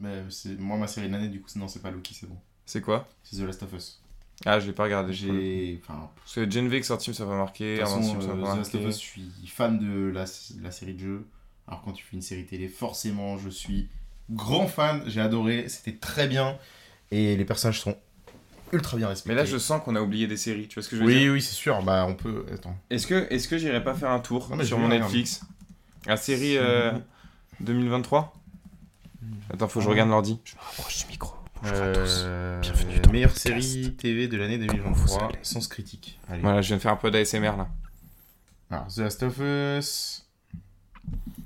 D: mais c'est- Moi, ma série de l'année, du coup, c'est- non, c'est pas Loki, c'est bon.
C: C'est quoi
D: C'est The Last of Us.
C: Ah, je l'ai pas regardé. je-
D: J'ai. Enfin,
C: Parce que Gen V sorti, ça m'a marqué.
D: De toute façon,
C: Invincible, ça
D: euh,
C: m'a
D: The
C: pas
D: Last of
C: marqué.
D: Us, je suis fan de la, la série de jeux. Alors quand tu fais une série télé, forcément, je suis grand fan. J'ai adoré, c'était très bien. Et les personnages sont ultra bien respectés.
C: Mais là, je sens qu'on a oublié des séries. Tu vois ce que je veux dire
D: Oui, oui, c'est sûr. Bah, on peut... Attends.
C: Est-ce que, est-ce que j'irai pas faire un tour
D: Non, Ah, mais
C: sur
D: je vais
C: mon
D: regarder.
C: Netflix La série euh, 2023
D: Hmm.
C: Attends,
D: Ah.
C: faut que je regarde l'ordi. Je me rapproche du micro. bienvenue dans
D: Euh, meilleure
C: le
D: série TV de l'année
C: Comment vous
D: 2023,
C: allez
D: sans critique. Allez.
C: Voilà, je viens de faire un peu d'ASMR là.
D: Alors, The Last of Us...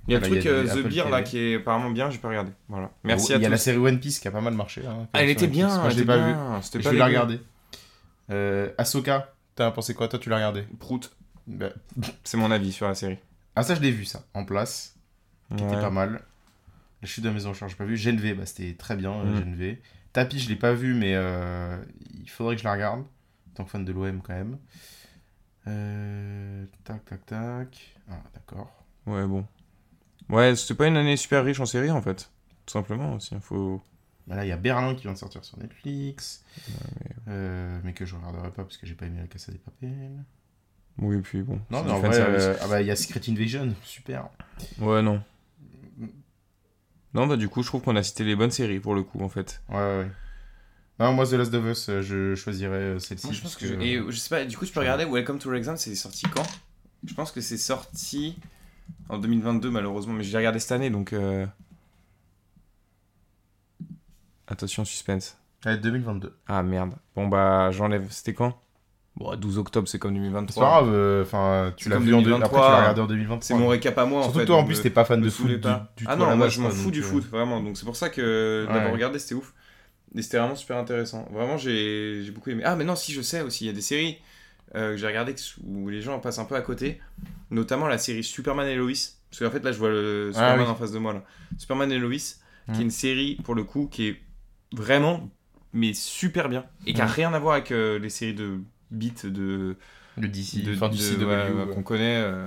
C: Il y a
D: Voilà,
C: le truc
D: Ah, bah, il y a
C: euh,
D: du
C: The
D: Apple
C: Beer là
D: TV.
C: qui est apparemment bien, j'ai pas regardé. Voilà. Merci
D: Il
C: à
D: y a la
C: tous.
D: série One Piece qui a pas mal marché. hein,
C: Ah, elle était
D: sur Netflix.
C: bien,
D: Moi, je
C: elle
D: l'ai
C: était
D: pas vu.
C: bien. C'était
D: Je
C: pas
D: vais la
C: dégueu.
D: regarder. Euh, Ahsoka, t'as pensé quoi Toi, tu l'as regardé
C: Prout,
D: Bah,
C: c'est mon avis sur la série.
D: Ah ça je l'ai vu ça, en place, qui
C: Ouais.
D: était pas mal. La chute de la maison en charge, j'ai pas vu. Geneviève, bah, c'était très bien, euh,
C: Mm.
D: Geneviève. Tapis, je l'ai pas vu, mais euh, il faudrait que je la regarde. En tant que fan de l'OM quand même. Euh, tac, tac, tac. Ah, d'accord.
C: Ouais, bon. Ouais, c'était pas une année super riche en séries en fait. Tout simplement aussi. Faut...
D: Bah là, il y a Berlin qui vient de sortir sur Netflix. Euh, mais... que je regarderai pas parce que j'ai pas aimé la Casa des Papel.
C: Oui, puis bon. c'est
D: Non, mais euh,
C: du
D: en vrai,
C: fanservice.
D: euh, ah bah, il y a Secret Invasion, super.
C: Ouais, non. Non, bah du coup, je trouve qu'on a cité les bonnes séries pour le coup, en fait.
D: Ouais, ouais. Non, moi, The Last of Us, euh, je choisirais euh, celle-ci.
C: Moi, je pense que.
D: parce
C: Et euh, je sais pas, du coup, tu peux regarder Welcome to Rexham, c'est sorti quand Je pense que c'est sorti en 2022, malheureusement, mais j'ai regardé cette année, donc. euh, Attention, suspense.
D: Ouais, 2022.
C: Ah merde. Bon, bah, j'enlève. C'était quand Bon, 12 octobre, c'est comme
D: C'est
C: 2023.
D: pas grave, euh, enfin, tu
C: C'est
D: l'as
C: comme
D: vu en deux...
C: 2023,
D: après, tu l'as regardé en 2023.
C: C'est mon récap à moi, en fait.
D: Surtout que toi, en
C: donc,
D: plus,
C: euh,
D: t'es pas fan
C: me
D: de foot
C: saoulez
D: du,
C: pas.
D: du
C: ah
D: tout à la
C: non, moi
D: base,
C: je m'en
D: quoi,
C: fous
D: donc,
C: du
D: euh,
C: foot, vraiment. Donc c'est pour ça que
D: Ouais.
C: d'avoir regardé, c'était ouf. Et c'était vraiment super intéressant. Vraiment, j'ai j'ai beaucoup aimé. Ah, mais non, si je sais aussi, il y a des séries euh, que j'ai regardées que- où les gens passent un peu à côté. Notamment la série Superman et Lois. Parce qu'en fait, là, je vois le
D: Ah,
C: Superman
D: oui.
C: en face de moi. Là. Superman et Lois, qui
D: Mm.
C: est une série, pour le coup, qui est vraiment, mais super bien. Et qui a
D: Mm.
C: rien à voir avec euh, les séries de beat de
D: Le DC,
C: de-
D: enfin,
C: de-
D: du
C: ouais,
D: CW.
C: ouais,
D: quoi.
C: qu'on connaît euh.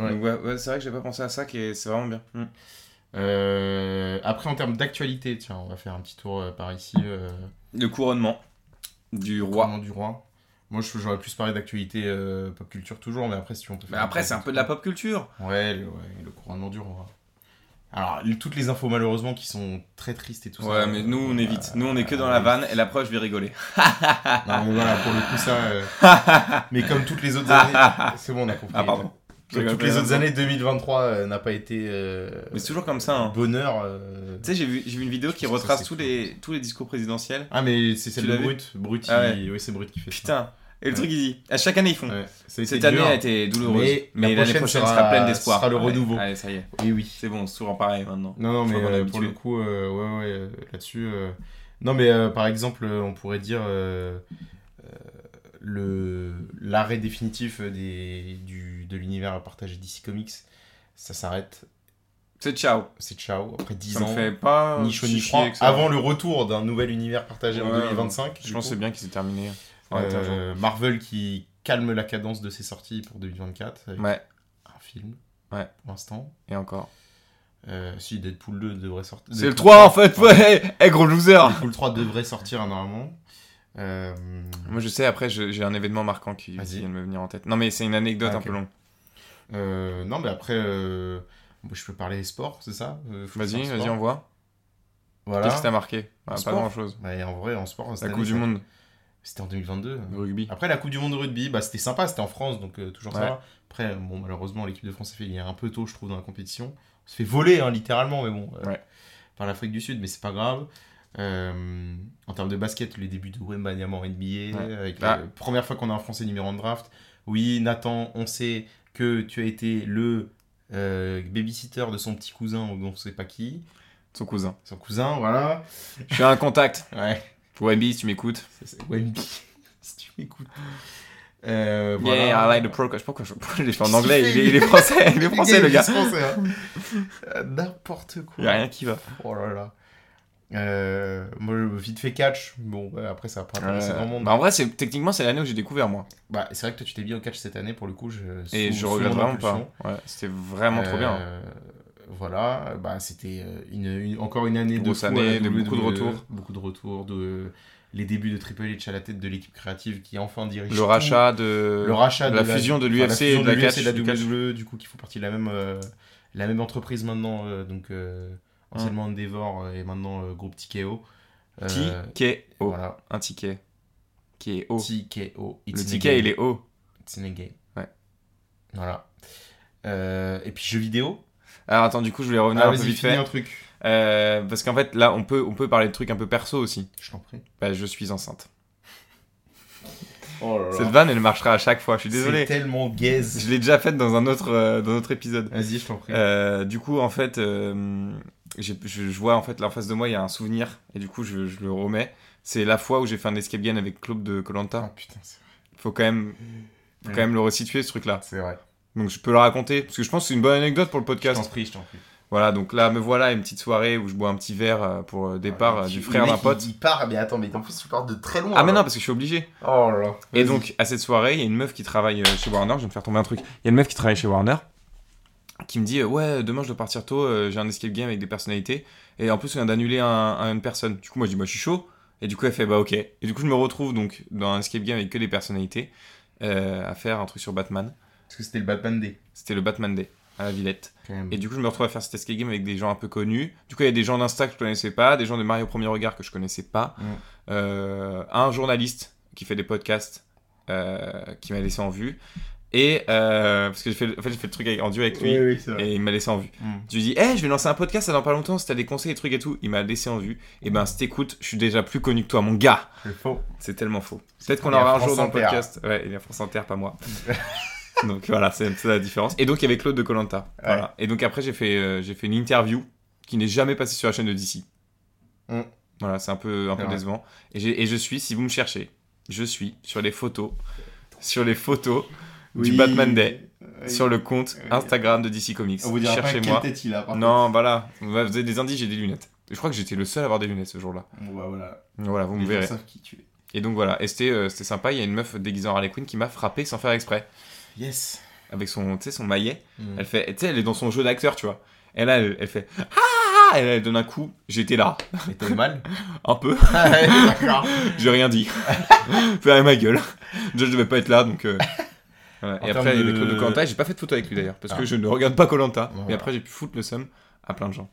D: Ouais.
C: Donc, ouais, ouais, c'est vrai que j'ai pas pensé à ça qui est- c'est vraiment bien Mm.
D: Euh, après, en termes d'actualité, tiens, on va faire un petit tour euh, par ici. euh,
C: Le couronnement du
D: Couronnement
C: roi.
D: du roi. Moi, je- j'aurais plus parlé d'actualité euh, pop culture toujours, mais après, si on peut faire.
C: Mais après, c'est un peu de la pop culture.
D: Ouais, le, ouais, le couronnement du roi. Alors, le- toutes les infos, malheureusement, qui sont très tristes et tout ça.
C: Ouais, mais nous, on évite. Nous, on est que dans
D: euh,
C: la vanne et l'après, je vais rigoler.
D: Non, mais voilà, pour le coup, ça. euh, mais comme toutes les autres années. C'est bon, on a compris.
C: Ah, pardon.
D: Comme toutes les autres années, 2023 euh, n'a pas été. euh,
C: Mais c'est toujours comme ça, hein.
D: Bonheur. euh,
C: Tu sais, j'ai vu, j'ai vu une vidéo qui
D: Ça, ça,
C: retrace
D: c'est
C: tous
D: cool.
C: les, tous les discours présidentiels.
D: Ah, mais c'est celle
C: Tu
D: de
C: l'as vu
D: Brut. Brut,
C: Ah ouais.
D: il- oui, c'est Brut qui fait ça.
C: Putain. Et le
D: Ouais.
C: truc, il dit. À chaque année, ils font.
D: Ouais, ça a été
C: Cette année
D: dur.
C: a été douloureuse.
D: Mais la
C: l'année
D: prochaine
C: prochaine
D: sera-
C: sera, pleine d'espoir.
D: sera le
C: Allez,
D: renouveau.
C: Allez, ça y est.
D: Eh Oui, oui.
C: C'est bon, c'est toujours pareil maintenant.
D: Non, non,
C: Je
D: mais
C: crois qu'on est
D: euh, pour
C: habitué.
D: le coup, euh, ouais, ouais, euh, là-dessus. euh, Non, mais euh, par exemple, euh, on pourrait dire euh, euh, le l'arrêt définitif des, du, de l'univers partagé DC Comics, ça s'arrête,
C: C'est ciao.
D: c'est ciao, après 10
C: Ça me
D: ans,
C: fait pas.
D: ni chaud
C: si
D: ni
C: chier
D: froid,
C: que ça.
D: avant le retour d'un nouvel univers partagé en
C: Ouais,
D: 2025.
C: Je
D: du
C: pense que
D: coup.
C: c'est bien qu'il s'est terminé. Ouais, t'as raison.
D: Euh, Marvel qui calme la cadence de ses sorties pour 2024, avec
C: Ouais,
D: un film
C: Ouais.
D: pour l'instant.
C: et encore.
D: Euh, si Deadpool 2 devrait sortir.
C: C'est le
D: Deadpool
C: 3 en fait, ouais! Eh, gros loser!
D: Deadpool 3 devrait sortir hein, normalement. Euh,
C: Moi je sais, après je- j'ai un événement marquant qui,
D: Vas-y.
C: qui vient de me venir en tête. Non mais c'est une anecdote
D: Ah,
C: un
D: ok.
C: peu longue.
D: euh, non, mais après, euh, moi, je peux parler sport, c'est ça Euh, faut
C: Vas-y,
D: faire sport.
C: vas-y, on voit. Qu'est-ce
D: Voilà.
C: qui t'a marqué Ah, Pas
D: Sport.
C: grand chose.
D: Ouais, en vrai, en sport, cette
C: La
D: année,
C: Coupe du
D: ça- Ah.
C: Monde,
D: C'était en 2022.
C: de rugby.
D: Après, la Coupe du Monde de rugby, bah, c'était sympa, c'était en France, donc euh, toujours
C: Ouais.
D: ça va. Après, bon, malheureusement, l'équipe de France s'est fait gagner un peu tôt, je trouve, dans la compétition. On se fait voler, hein, littéralement, mais bon, euh,
C: Ouais.
D: par l'Afrique du Sud, mais c'est pas grave. Euh, en termes de basket, les débuts de Wembanyama en NBA,
C: Ouais.
D: avec
C: Ah.
D: la première fois qu'on a un Français numéro un de draft. Oui, Nathan, on sait que tu as été le euh, babysitter de son petit cousin, ou on sait pas qui,
C: Son cousin.
D: son cousin, voilà.
C: Je suis un contact.
D: Ouais,
C: Pour MB si tu m'écoutes.
D: c'est- c'est Wemby, si tu m'écoutes. Euh,
C: Yeah, I like the pro. Je sais pas pourquoi je, pourquoi je l'ai fait en anglais. Il est, il est français, il est français le
D: Il
C: gars.
D: est français, hein. Euh, N'importe quoi.
C: Il y a rien qui va.
D: Oh là là. Euh, moi, je- vite fait catch. Bon, ouais, après, ça va pas intéresser grand
C: Euh,
D: monde.
C: bah, en vrai, c'est techniquement c'est l'année où j'ai découvert moi.
D: Bah, c'est vrai que toi, tu t'es mis au catch cette année, pour le coup. Je,
C: Et
D: sous-
C: je
D: sous
C: regrette
D: mon
C: vraiment pas.
D: impulsion.
C: Ouais, c'était vraiment trop bien.
D: Euh, Voilà, bah, c'était euh, une, une- encore une année
C: Grosse
D: de, fou à
C: année,
D: la
C: de
D: WWE,
C: beaucoup de retours.
D: euh, Beaucoup de retours, de, les débuts de Triple H à la tête de l'équipe créative qui enfin dirige
C: Le
D: tout.
C: rachat de.
D: le rachat
C: de
D: de
C: la fusion de
D: enfin,
C: l'UFC et
D: fusion
C: de la
D: l'UFC
C: catch,
D: et de
C: du
D: la
C: catch.
D: WWE du coup qui font partie de la même euh, la même entreprise maintenant euh, donc euh, anciennement Endeavor euh, et maintenant euh, groupe TKO Euh,
C: Ticket haut.
D: voilà
C: Un ticket. Qui est haut.
D: TKO
C: Oh. Le ticket, il est haut.
D: it's in a game
C: Ouais.
D: voilà Euh, et puis jeux vidéo
C: Alors attends, du coup, je voulais revenir
D: ah
C: un peu
D: vas-y
C: vite
D: finis
C: fait.
D: un truc
C: Euh, parce qu'en fait, là, on peut, on peut parler de trucs un peu perso aussi.
D: je t'en prie
C: Bah, je suis enceinte.
D: oh là
C: Cette vanne, elle marchera à chaque fois, je suis désolé.
D: c'est tellement gaze
C: Je l'ai déjà faite dans un autre, euh, dans un autre épisode.
D: vas-y je t'en prie
C: Euh, du coup, en fait, euh, j'ai- je, je vois en fait là en face de moi, il y a un souvenir et du coup, je, je le remets. C'est la fois où j'ai fait un escape game avec Claude de
D: ah
C: Colanta.
D: putain c'est vrai
C: Faut quand même, faut
D: Ouais.
C: quand même le resituer ce truc-là.
D: c'est vrai
C: Donc je peux le raconter parce que je pense que c'est une bonne anecdote pour le
D: je t'en
C: podcast.
D: prie je t'en prie
C: Voilà, donc là, me voilà à une petite soirée où je bois un petit verre euh, pour le départ euh,
D: Ah, Tu-
C: du
D: le
C: frère
D: mec,
C: d'un
D: il-
C: pote.
D: il part mais attends mais en plus tu pars de très loin
C: Ah mais non,
D: alors.
C: parce que je suis obligé.
D: oh là là
C: Et
D: Vas-y.
C: donc, à cette soirée, il y a une meuf qui travaille euh, chez Warner. Je vais me faire tomber un truc. Il y a une meuf qui travaille chez Warner qui me dit euh, Ouais, demain je dois partir tôt. euh, J'ai un escape game avec des personnalités. Et en plus, on vient d'annuler un, un- une personne. Du coup, moi je dis Moi je suis chaud. Et du coup, elle fait Bah ok. Et du coup, je me retrouve donc dans un escape game avec que des personnalités euh, à faire un truc sur Batman.
D: Parce que c'était le Batman D.
C: C'était le Batman Day. à la Villette.
D: Quand même.
C: Et du coup, je me retrouve à faire cet escape game avec des gens un peu connus. Du coup, il y a des gens d'Insta que je connaissais pas, des gens de Mario Premier Regard que je connaissais pas,
D: Mm.
C: euh, un journaliste qui fait des podcasts euh, qui m'a laissé en vue. Et euh, parce que j'ai fait, le- en fait, j'ai fait le truc avec- en duo avec lui
D: Oui, oui, c'est vrai.
C: et il m'a laissé en vue.
D: Mm.
C: Je lui dis, hey, je vais lancer un podcast ça dans pas longtemps, si t'as des conseils, des trucs et tout. Il m'a laissé en vue. Et ben, si t'écoutes, je suis déjà plus connu que toi, mon gars.
D: C'est faux.
C: C'est tellement faux. Peut-être qu'on
D: Il y a
C: aura un
D: France
C: jour dans le
D: Inter.
C: podcast. Ouais, il y a France Inter, pas moi. donc voilà, c'est c'est la différence. Et donc, il y avait Claude de Colanta. Voilà. Et donc après, j'ai fait, euh, j'ai fait une interview qui n'est jamais passée sur la chaîne de DC.
D: Mm.
C: Voilà, c'est un peu, un peu
D: Ouais.
C: décevant. Et, j'ai- et je suis, si vous me cherchez, je suis sur les photos, sur les photos du
D: Oui.
C: Batman Day,
D: Oui.
C: sur le compte
D: Oui.
C: Instagram de DC Comics.
D: On vous dira pas quelle
C: Cherchez-moi.
D: tête il a. par
C: Non, voilà. Vous avez des indices, j'ai des lunettes. Je crois que j'étais le seul à avoir des lunettes ce jour-là.
D: contre. Bon, bah, voilà.
C: Voilà, vous me
D: Les gens
C: verrez.
D: savent qui tu es.
C: Et donc voilà, et c'était euh, c'était sympa. Il y a une meuf déguisée en Harley Quinn qui m'a frappé sans faire exprès.
D: Yes.
C: Avec son, tu sais, son maillet.
D: Mm.
C: Elle fait, tu sais, elle est dans son jeu d'acteur, tu vois. Et là, elle, elle fait Ah Et là, elle donne un coup. J'étais là,
D: Et t'as eu mal
C: un peu.
D: Ah, ouais, D'accord.
C: J'ai rien dit. Fermez ma gueule. Déjà, je devais pas être là, donc. euh, voilà.
D: En
C: Et
D: termes
C: après, avec
D: de-
C: Claude de Colanta, j'ai pas fait de photo avec lui d'ailleurs, parce
D: Ah.
C: que je ne regarde pas Colanta.
D: Voilà.
C: Mais après, j'ai pu foutre le seum à plein de gens.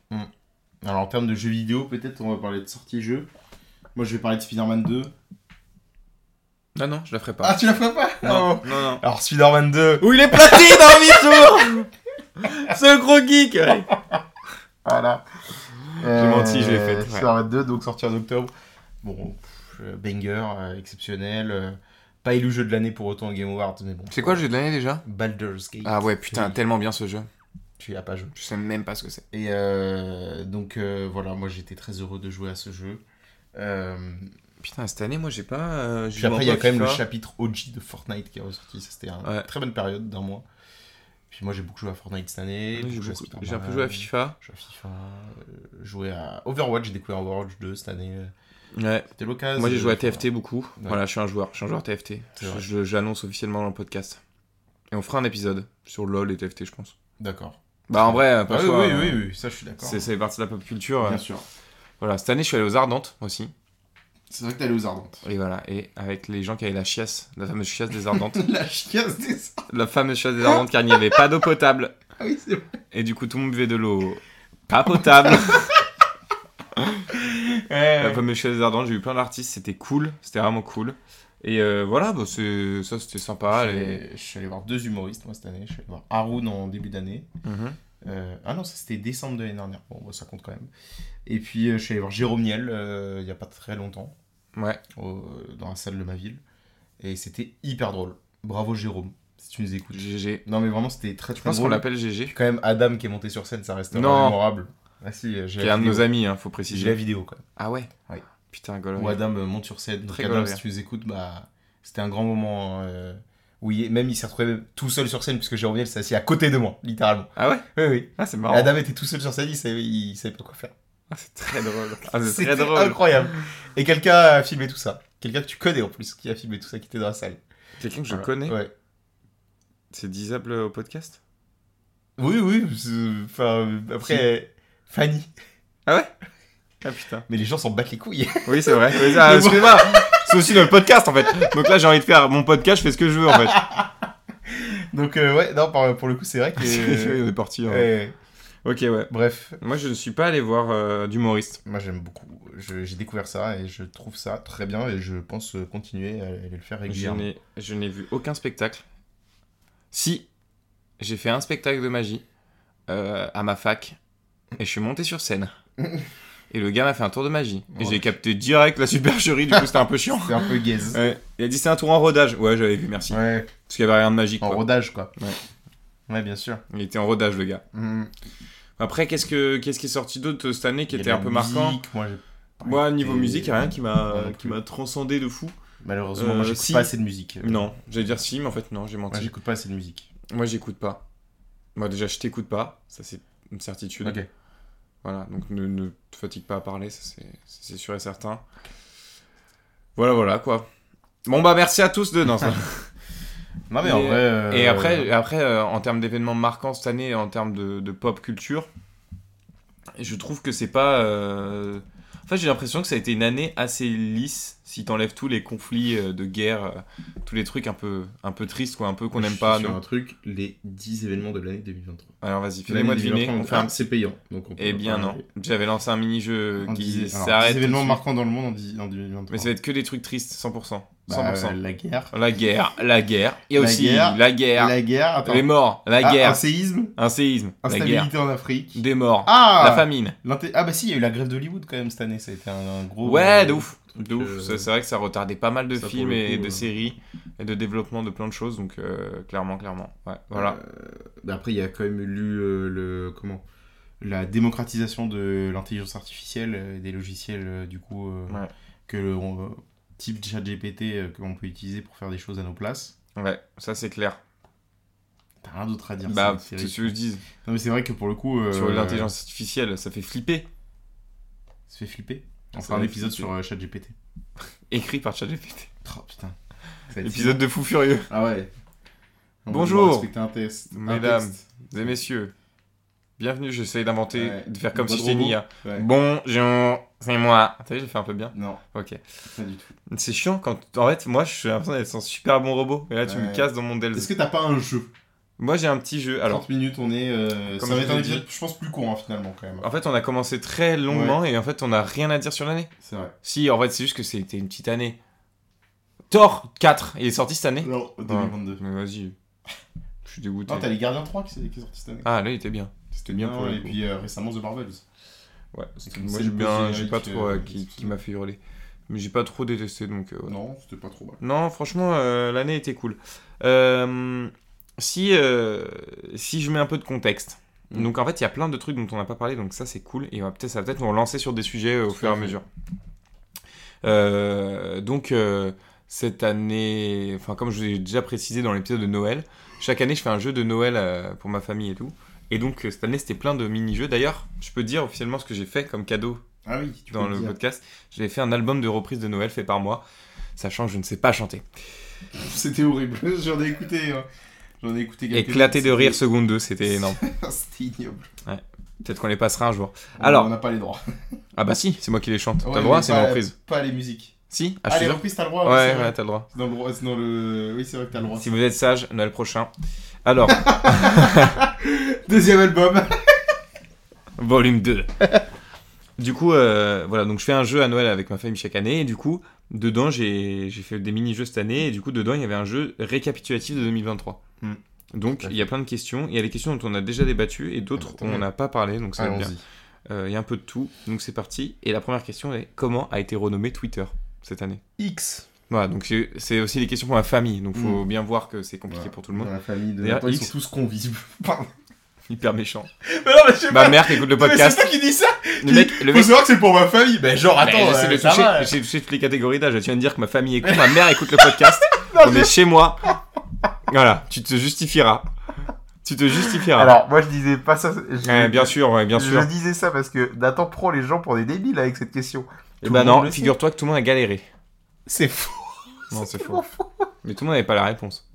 D: Alors en termes de jeux vidéo, peut-être on va parler de sorties jeux. Moi je vais parler de Spider-Man 2.
C: Non, non, je la ferai pas.
D: Ah tu la feras pas
C: non, non, non.
D: Alors Spider-Man 2.
C: Oh. Où il est platine dans le bisou Ce gros geek ouais.
D: Voilà.
C: menti, je l'ai faite, ouais.
D: Euh, Spider-Man 2, donc sorti en octobre. Bon, pff, euh, banger, euh, exceptionnel. euh, pas élu jeu de l'année pour autant au Game Awards, mais bon.
C: C'est quoi le jeu de l'année déjà
D: Baldur's Gate.
C: Ah ouais, putain,
D: Oui.
C: tellement bien ce jeu.
D: Tu y as pas joué.
C: Je sais même pas ce que c'est.
D: Et euh, donc euh, voilà, moi j'étais très heureux de jouer à ce jeu. Euh,
C: Putain, cette année, moi j'ai pas. euh, j'ai
D: Puis après, il y a
C: pas
D: quand même le
C: FIFA.
D: chapitre OG de Fortnite qui est ressorti. Ça, c'était une
C: Ouais.
D: très bonne période d'un mois. Puis moi, j'ai beaucoup joué à Fortnite cette année.
C: Ouais,
D: beaucoup
C: J'ai
D: joué à
C: beaucoup-
D: Spider-Man,
C: j'ai un peu joué à FIFA.
D: Joué à FIFA. euh, joué à Overwatch. J'ai découvert Overwatch 2 cette année. euh,
C: Ouais.
D: C'était l'occasion.
C: Moi j'ai joué à
D: Enfin,
C: TFT beaucoup. Voilà, je suis un joueur. Je suis un joueur TFT.
D: C'est vrai.
C: Je- je- J'annonce officiellement dans le podcast. Et on fera un épisode sur LoL et TFT, je pense.
D: D'accord.
C: Bah en vrai,
D: Ah
C: pas
D: oui,
C: toi,
D: oui,
C: euh,
D: oui, oui, ça, je suis d'accord.
C: C'est, c'est partie de la pop culture. euh.
D: Bien sûr.
C: Voilà, cette année je suis allé aux Ardentes aussi.
D: C'est vrai que t'es allé aux Ardentes.
C: Et voilà, et avec les gens qui avaient la chiasse, la fameuse chiasse des Ardentes.
D: La chiasse des
C: la fameuse chiasse des Ardentes car il n'y avait pas d'eau potable.
D: Ah oui, c'est vrai.
C: Et du coup tout le monde buvait de l'eau pas potable.
D: Ah
C: La fameuse chaise des Ardentes, j'ai eu plein d'artistes, c'était cool, c'était vraiment cool. Et euh, voilà, bah, c'est- ça c'était sympa.
D: je, suis
C: les-
D: allé- Ah, je suis allé voir deux humoristes moi cette année. Je suis allé voir Haroun en début d'année.
C: Mhm.
D: Euh, ah non, ça c'était décembre de l'année dernière. Bon, bah, ça compte quand même. Et puis, euh, je suis allé voir Jérôme Niel euh, il n'y a pas très longtemps,
C: Ouais,
D: au- euh, dans la salle de ma ville. Et c'était hyper drôle. Bravo Jérôme, si tu nous écoutes.
C: GG.
D: Non, mais vraiment, c'était très
C: Je
D: très
C: pense qu'on
D: drôle.
C: l'appelle GG.
D: Puis quand même, Adam qui est monté sur scène, ça reste
C: Non.
D: mémorable. Ah si, euh, j'ai
C: Qui est
D: la,
C: un de
D: vidéo.
C: nos amis, hein, faut
D: J'ai la
C: préciser.
D: vidéo quoi.
C: Ah ouais
D: Ouais.
C: Putain, Golem.
D: Où Adam euh, monte sur scène. Donc,
C: Très
D: Adam,
C: coloré.
D: si tu nous écoutes, bah, c'était un grand moment. euh, où il est- même il s'est retrouvé tout seul sur scène, puisque Jérôme Niel s'est assis à côté de moi, littéralement.
C: Ah ouais
D: Oui, oui.
C: Ah, c'est
D: Et
C: marrant.
D: Adam était tout seul sur scène, il savait, il savait pas quoi faire.
C: Ah, c'est très drôle. Ah, c'est
D: C'était
C: très drôle.
D: incroyable. Et quelqu'un a filmé tout ça. Quelqu'un que tu connais en plus, qui a filmé tout ça, qui était dans la salle.
C: Quelqu'un que je
D: Voilà.
C: connais,
D: Ouais.
C: c'est disable au podcast
D: Oui, oui. c'est- Enfin, euh, après, euh, Fanny.
C: Ah putain.
D: Mais les gens s'en battent les couilles.
C: Oui, c'est vrai. Oui, ça,
D: Mais bon.
C: Excuse-moi. C'est aussi dans le podcast en fait. Donc là, j'ai envie de faire mon podcast, je fais ce que je veux en fait.
D: Donc, euh, ouais, non, par- pour le coup, c'est vrai que. euh,
C: Oui, On est parti. hein.
D: Ouais.
C: Ok, ouais.
D: Bref,
C: Moi, je ne suis pas allé voir euh, d'humoriste.
D: moi j'aime beaucoup. Je- J'ai découvert ça et je trouve ça très bien et je pense euh, continuer à aller le faire
C: Je
D: régulièrement.
C: n'ai- je n'ai vu aucun spectacle. Si, j'ai fait un spectacle de magie euh, à ma fac et je suis monté sur scène. Et le gars m'a fait un tour de magie. Et
D: Ouais.
C: j'ai capté direct la supercherie, du coup c'était un peu chiant.
D: C'est un peu gaze.
C: Ouais. Il a dit c'est un tour en rodage. Ouais, j'avais vu, merci.
D: Ouais,
C: Parce qu'il n'y avait rien de magique.
D: en
C: quoi.
D: rodage quoi.
C: Ouais.
D: Ouais, bien sûr.
C: Il était en rodage, le gars.
D: Mm.
C: Après, qu'est-ce, que, qu'est-ce qui est sorti d'autre euh, cette année qui
D: Il y a
C: était
D: de
C: un
D: la
C: peu marquant
D: musique, Moi, j'ai pas
C: Moi,
D: écouté.
C: niveau musique, il n'y a rien qui m'a,
D: Moi non
C: qui
D: plus.
C: m'a transcendé de fou.
D: Malheureusement,
C: Euh,
D: moi j'écoute
C: si.
D: pas assez de musique.
C: Non, j'allais dire si, mais en fait, non, j'ai menti.
D: Moi, j'écoute pas assez de musique.
C: Moi, j'écoute pas. Moi, déjà, je t'écoute pas. Ça, c'est une certitude.
D: Ok.
C: Voilà, donc ne, ne te fatigue pas à parler, ça, c'est- ça, c'est sûr et certain. Voilà, voilà, quoi. Bon, bah, merci à tous de... Non, ça-
D: Non, mais en
C: Et-
D: vrai. euh,
C: Et après, après euh, en termes d'événements marquants cette année, en termes de, de pop culture, je trouve que c'est pas... euh, En fait, j'ai l'impression que ça a été une année assez lisse, si t'enlèves tous les conflits euh, de guerre, euh, tous les trucs un peu, un peu tristes, quoi, un peu qu'on
D: Je
C: n'aime
D: suis
C: pas.
D: Sur
C: nous.
D: un truc, les 10 événements de l'année 2023.
C: Alors vas-y,
D: L'année
C: fais-moi deviner.
D: 2023,
C: on
D: on-
C: fait
D: ah,
C: un-
D: c'est payant. Donc on peut
C: Eh bien
D: pas-
C: non, euh, j'avais lancé un mini-jeu
D: En
C: qui
D: dix- alors,
C: s'arrête. tout
D: 10
C: de
D: événements
C: suite.
D: marquants dans le monde en, dix- en 2023.
C: Mais ça va être que des trucs tristes, 100%. 100%.
D: Bah, euh, la guerre.
C: La guerre, la guerre. Il y a
D: La
C: aussi
D: guerre,
C: la guerre,
D: La guerre, attends.
C: les morts, la
D: Ah,
C: guerre,
D: Un séisme,
C: un, séisme, la guerre,
D: instabilité en Afrique.
C: des morts,
D: Ah
C: la famine.
D: L'inté- Ah bah si, il y a eu la grève d'Hollywood quand même cette année, ça a été un, un gros...
C: Ouais, de
D: euh,
C: ouf.
D: truc,
C: De ouf.
D: euh,
C: Ça, C'est vrai que ça retardait pas mal de
D: ça, pour
C: films
D: le
C: et
D: coup,
C: de
D: euh.
C: séries et de développement de plein de choses. Donc, euh, clairement, clairement. Ouais, voilà.
D: euh, bah après, il y a quand même eu euh, le... Comment La démocratisation de l'intelligence artificielle, euh, des logiciels euh, du coup... euh,
C: Ouais.
D: Que le... on- type ChatGPT euh, que l'on peut utiliser pour faire des choses à nos places.
C: Ouais, ça c'est clair.
D: T'as rien d'autre à Euh. dire.
C: Bah,
D: c'est
C: c'est
D: une
C: ce que je
D: série.
C: dis.
D: Non mais c'est vrai que pour le coup... euh,
C: Sur l'intelligence artificielle, ça fait flipper.
D: Ça fait flipper. On
C: Ça
D: fera un
C: fait
D: épisode
C: flipper.
D: sur euh, ChatGPT.
C: Écrit par ChatGPT.
D: Oh putain. Ça va être
C: Épisode de Fou Furieux.
D: Ah ouais. On va
C: Bonjour.
D: devoir respecter un test. Un
C: Mesdames.
D: texte.
C: Et messieurs, bienvenue. J'essaye d'inventer,
D: Ouais.
C: de faire comme
D: Votre
C: si j'étais une
D: robot.
C: IA.
D: Ouais.
C: Bonjour, c'est moi. Ah, T'as vu, j'ai fait un peu bien.
D: Non,
C: Ok.
D: pas du tout.
C: C'est chiant quand. En fait, moi, je suis l'impression d'être un super bon robot. Et là, tu me
D: Ouais.
C: casses dans mon Dells.
D: Est-ce que t'as pas un jeu
C: Moi, j'ai un petit jeu. Alors,
D: 30 minutes, on est. euh,
C: Comme
D: ça va
C: je
D: être
C: vous
D: un
C: ai dit- Ah.
D: épisode, je pense, plus court hein, finalement quand même.
C: en fait, on a commencé très longuement et en fait, on n'a rien à dire sur l'année.
D: C'est vrai.
C: Si, en fait, c'est juste que c'était une petite année. Thor 4, il est sorti cette année
D: Non, 2022.
C: Mais vas-y. Je suis dégoûté.
D: Non, Ah, t'as les Gardiens 3 qui s'est- qui est sorti cette année.
C: ah, là, il était bien. C'était bien
D: Non,
C: pour le
D: Et
C: coup.
D: puis euh, récemment The Marvels.
C: Ouais,
D: c'est-
C: moi,
D: c'est
C: j'ai
D: le
C: bien.
D: beau
C: J'ai pas
D: générique,
C: trop. euh,
D: euh,
C: qui
D: c'est-
C: qui m'a fait hurler. Mais j'ai pas trop détesté donc. euh, voilà.
D: Non, c'était pas trop mal.
C: Non, franchement, euh, l'année était cool. Euh, si, euh, si je mets un peu de contexte.
D: Mm.
C: Donc en fait, il y a plein de trucs dont on n'a pas parlé, donc ça c'est cool. Et on va peut-être, ça va peut-être nous relancer sur des sujets euh, au
D: Tout
C: fur et à
D: à fait.
C: mesure. Euh, donc euh, cette année, enfin comme je vous ai déjà précisé dans l'épisode de Noël, chaque année je fais un jeu de Noël euh, pour ma famille et tout. Et donc euh, cette année c'était plein de mini-jeux. D'ailleurs, je peux dire officiellement ce que j'ai fait comme cadeau
D: Ah oui, tu
C: dans
D: peux
C: le
D: dire.
C: podcast. J'ai fait un album de reprises de Noël fait par moi, sachant que je ne sais pas chanter.
D: C'était horrible. J'en ai écouté. hein. J'en ai écouté quelques
C: Éclaté de rire seconde 2, c'était énorme.
D: C'était ignoble.
C: Peut-être qu'on les passera un jour.
D: On-
C: Alors-
D: On n'a pas les droits.
C: Ah bah si, c'est moi qui les chante.
D: Ouais, bah,
C: t'as le droit,
D: mais
C: c'est
D: pas-
C: ma reprise.
D: Pas les musiques.
C: Si Ah, je
D: Ah,
C: te
D: les
C: jure.
D: reprises, t'as le droit.
C: Ouais,
D: oui, c'est
C: ouais,
D: vrai.
C: t'as le droit.
D: C'est dans le droit- c'est dans le. Oui, c'est vrai que t'as le droit.
C: Si vous êtes sage, Noël prochain. Alors,
D: Deuxième album.
C: volume 2. Du coup, euh, voilà, donc je fais un jeu à Noël avec ma famille chaque année. Et du coup, dedans, j'ai j'ai fait des mini-jeux cette année. Et du coup, dedans, il y avait un jeu récapitulatif de 2023.
D: Hmm.
C: Donc, il y a plein de questions. Il y a des questions dont on a déjà débattu et d'autres
D: Ah bah,
C: où
D: tant
C: on
D: mieux.
C: n'a pas parlé. Donc, ça va être bien.
D: Allons-y.
C: Euh, Il y a un peu de tout. Donc, c'est parti. Et la première question est comment a été renommé Twitter cette année
D: X.
C: Voilà, donc c'est c'est aussi des questions pour ma famille, donc faut
D: Mm.
C: bien voir que c'est compliqué
D: Voilà.
C: pour tout le monde.
D: Dans la famille de.
C: D'ailleurs,
D: Attends, ils
C: X.
D: sont tous convives. Pardon.
C: Hyper méchant.
D: Mais non, mais je sais
C: ma
D: pas.
C: mère qui écoute Bah, le
D: Mais c'est
C: podcast,
D: toi qui dis ça.
C: le mec, le
D: Faut
C: mec. Bah,
D: savoir que c'est pour ma famille. Ben genre,
C: Mais
D: attends,
C: j'essaie de
D: euh, ça
C: toucher-
D: va.
C: j'ai touché toutes les catégories d'âge. Je viens de dire que ma famille écoute, ma mère écoute le podcast. on est chez moi. Voilà, tu te justifieras. Tu te justifieras.
D: Alors, moi je disais pas ça. je-
C: Ouais, bien sûr, ouais, bien sûr.
D: Je disais ça parce que Nathan prend les gens pour des débiles avec cette question.
C: Et
D: tout
C: bah
D: le monde
C: non,
D: le sait.
C: figure-toi que tout le monde a galéré.
D: C'est fou.
C: Non, c'est faux.
D: tellement
C: Mais tout le monde n'avait pas la réponse.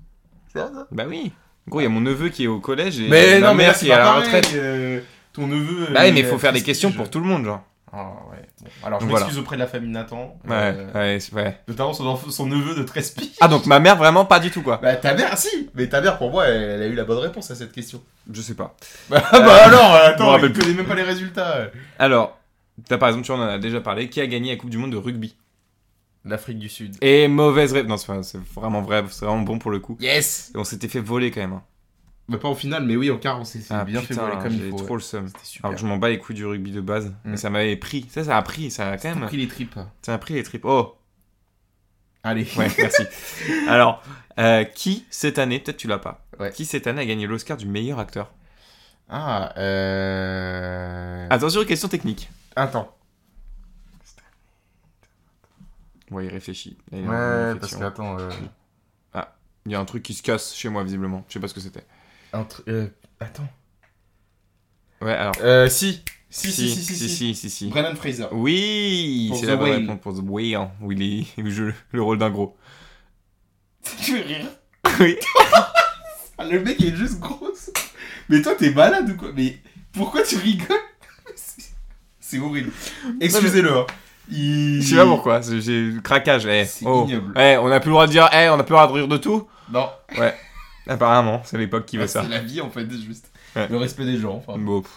D: C'est vrai, ça
C: Bah oui. En Gros, il y a mon neveu qui est au collège et
D: Mais
C: ma
D: non, mais
C: mère
D: là,
C: qui
D: c'est
C: est bah, à
D: pas
C: la
D: pareil,
C: retraite.
D: euh, Ton neveu.
C: Bah oui, mais
D: euh,
C: il faut faire des
D: prestige.
C: questions pour tout le monde, genre.
D: Ah ouais. Bon, alors je
C: Donc, voilà.
D: m'excuse auprès de la famille de Nathan.
C: Ouais,
D: euh,
C: ouais, c'est vrai.
D: Notamment son, enf- son neveu de 13 piges.
C: Ah, donc ma mère, vraiment pas du tout, quoi.
D: Bah ta mère, si Mais ta mère, pour moi, elle, elle a eu la bonne réponse à cette question.
C: Je sais pas.
D: Bah, bah alors,
C: je me
D: attends,
C: rappelle
D: elle
C: plus.
D: connaît même pas les résultats.
C: Alors, t'as par exemple, tu en as déjà parlé, qui a gagné la Coupe du Monde de rugby
D: L'Afrique du Sud.
C: Et mauvaise réponse. Non, c'est pas- c'est vraiment vrai, c'est vraiment bon pour le coup.
D: Yes
C: Et on s'était fait voler quand même. hein.
D: Bah pas en finale, mais oui, en quart, on s'est
C: Ah,
D: bien
C: putain,
D: fait voler comme il
C: j'ai
D: faut.
C: trop Ah, le seum.
D: C'était super.
C: Alors que je m'en bats les couilles du rugby de base, mais
D: Mm.
C: ça m'avait pris. Ça, ça a pris, ça a quand
D: T'as
C: même.
D: pris les tripes.
C: Ça a pris les tripes. Oh
D: Allez.
C: Ouais, merci. Alors, euh, qui cette année, peut-être tu l'as pas,
D: Ouais.
C: qui cette année a gagné l'Oscar du meilleur acteur
D: Ah, euh...
C: Attention, question technique.
D: Attends.
C: Ouais, il réfléchit. Là, il est en
D: Ouais, parce
C: réflexion.
D: que, attends... euh,
C: Il y a un truc qui se casse chez moi, visiblement. Je sais pas ce que c'était.
D: entre- euh, Attends.
C: Ouais, alors.
D: Euh, si. Si, si,
C: si, si, si, si, si.
D: Brennan Fraser.
C: Oui,
D: Pour
C: c'est
D: The
C: la bonne
D: Whale.
C: réponse pour The Whale, où il, est- où il joue le- le rôle d'un gros.
D: Tu veux rire
C: Oui.
D: Ah, le mec il est juste gros. Mais toi t'es malade ou quoi Mais pourquoi tu rigoles C'est- C'est horrible. Excusez-le. hein. Il-
C: Je sais pas pourquoi, c'est- j'ai eu le craquage. eh.
D: C'est
C: Oh.
D: ignoble.
C: Eh, on a plus le droit de dire, eh, on a plus le droit de rire de tout
D: Non,
C: Apparemment, c'est l'époque qui veut ça.
D: Ah, c'est la vie en fait, juste.
C: Ouais.
D: Le respect des gens. enfin.
C: Bon, pff.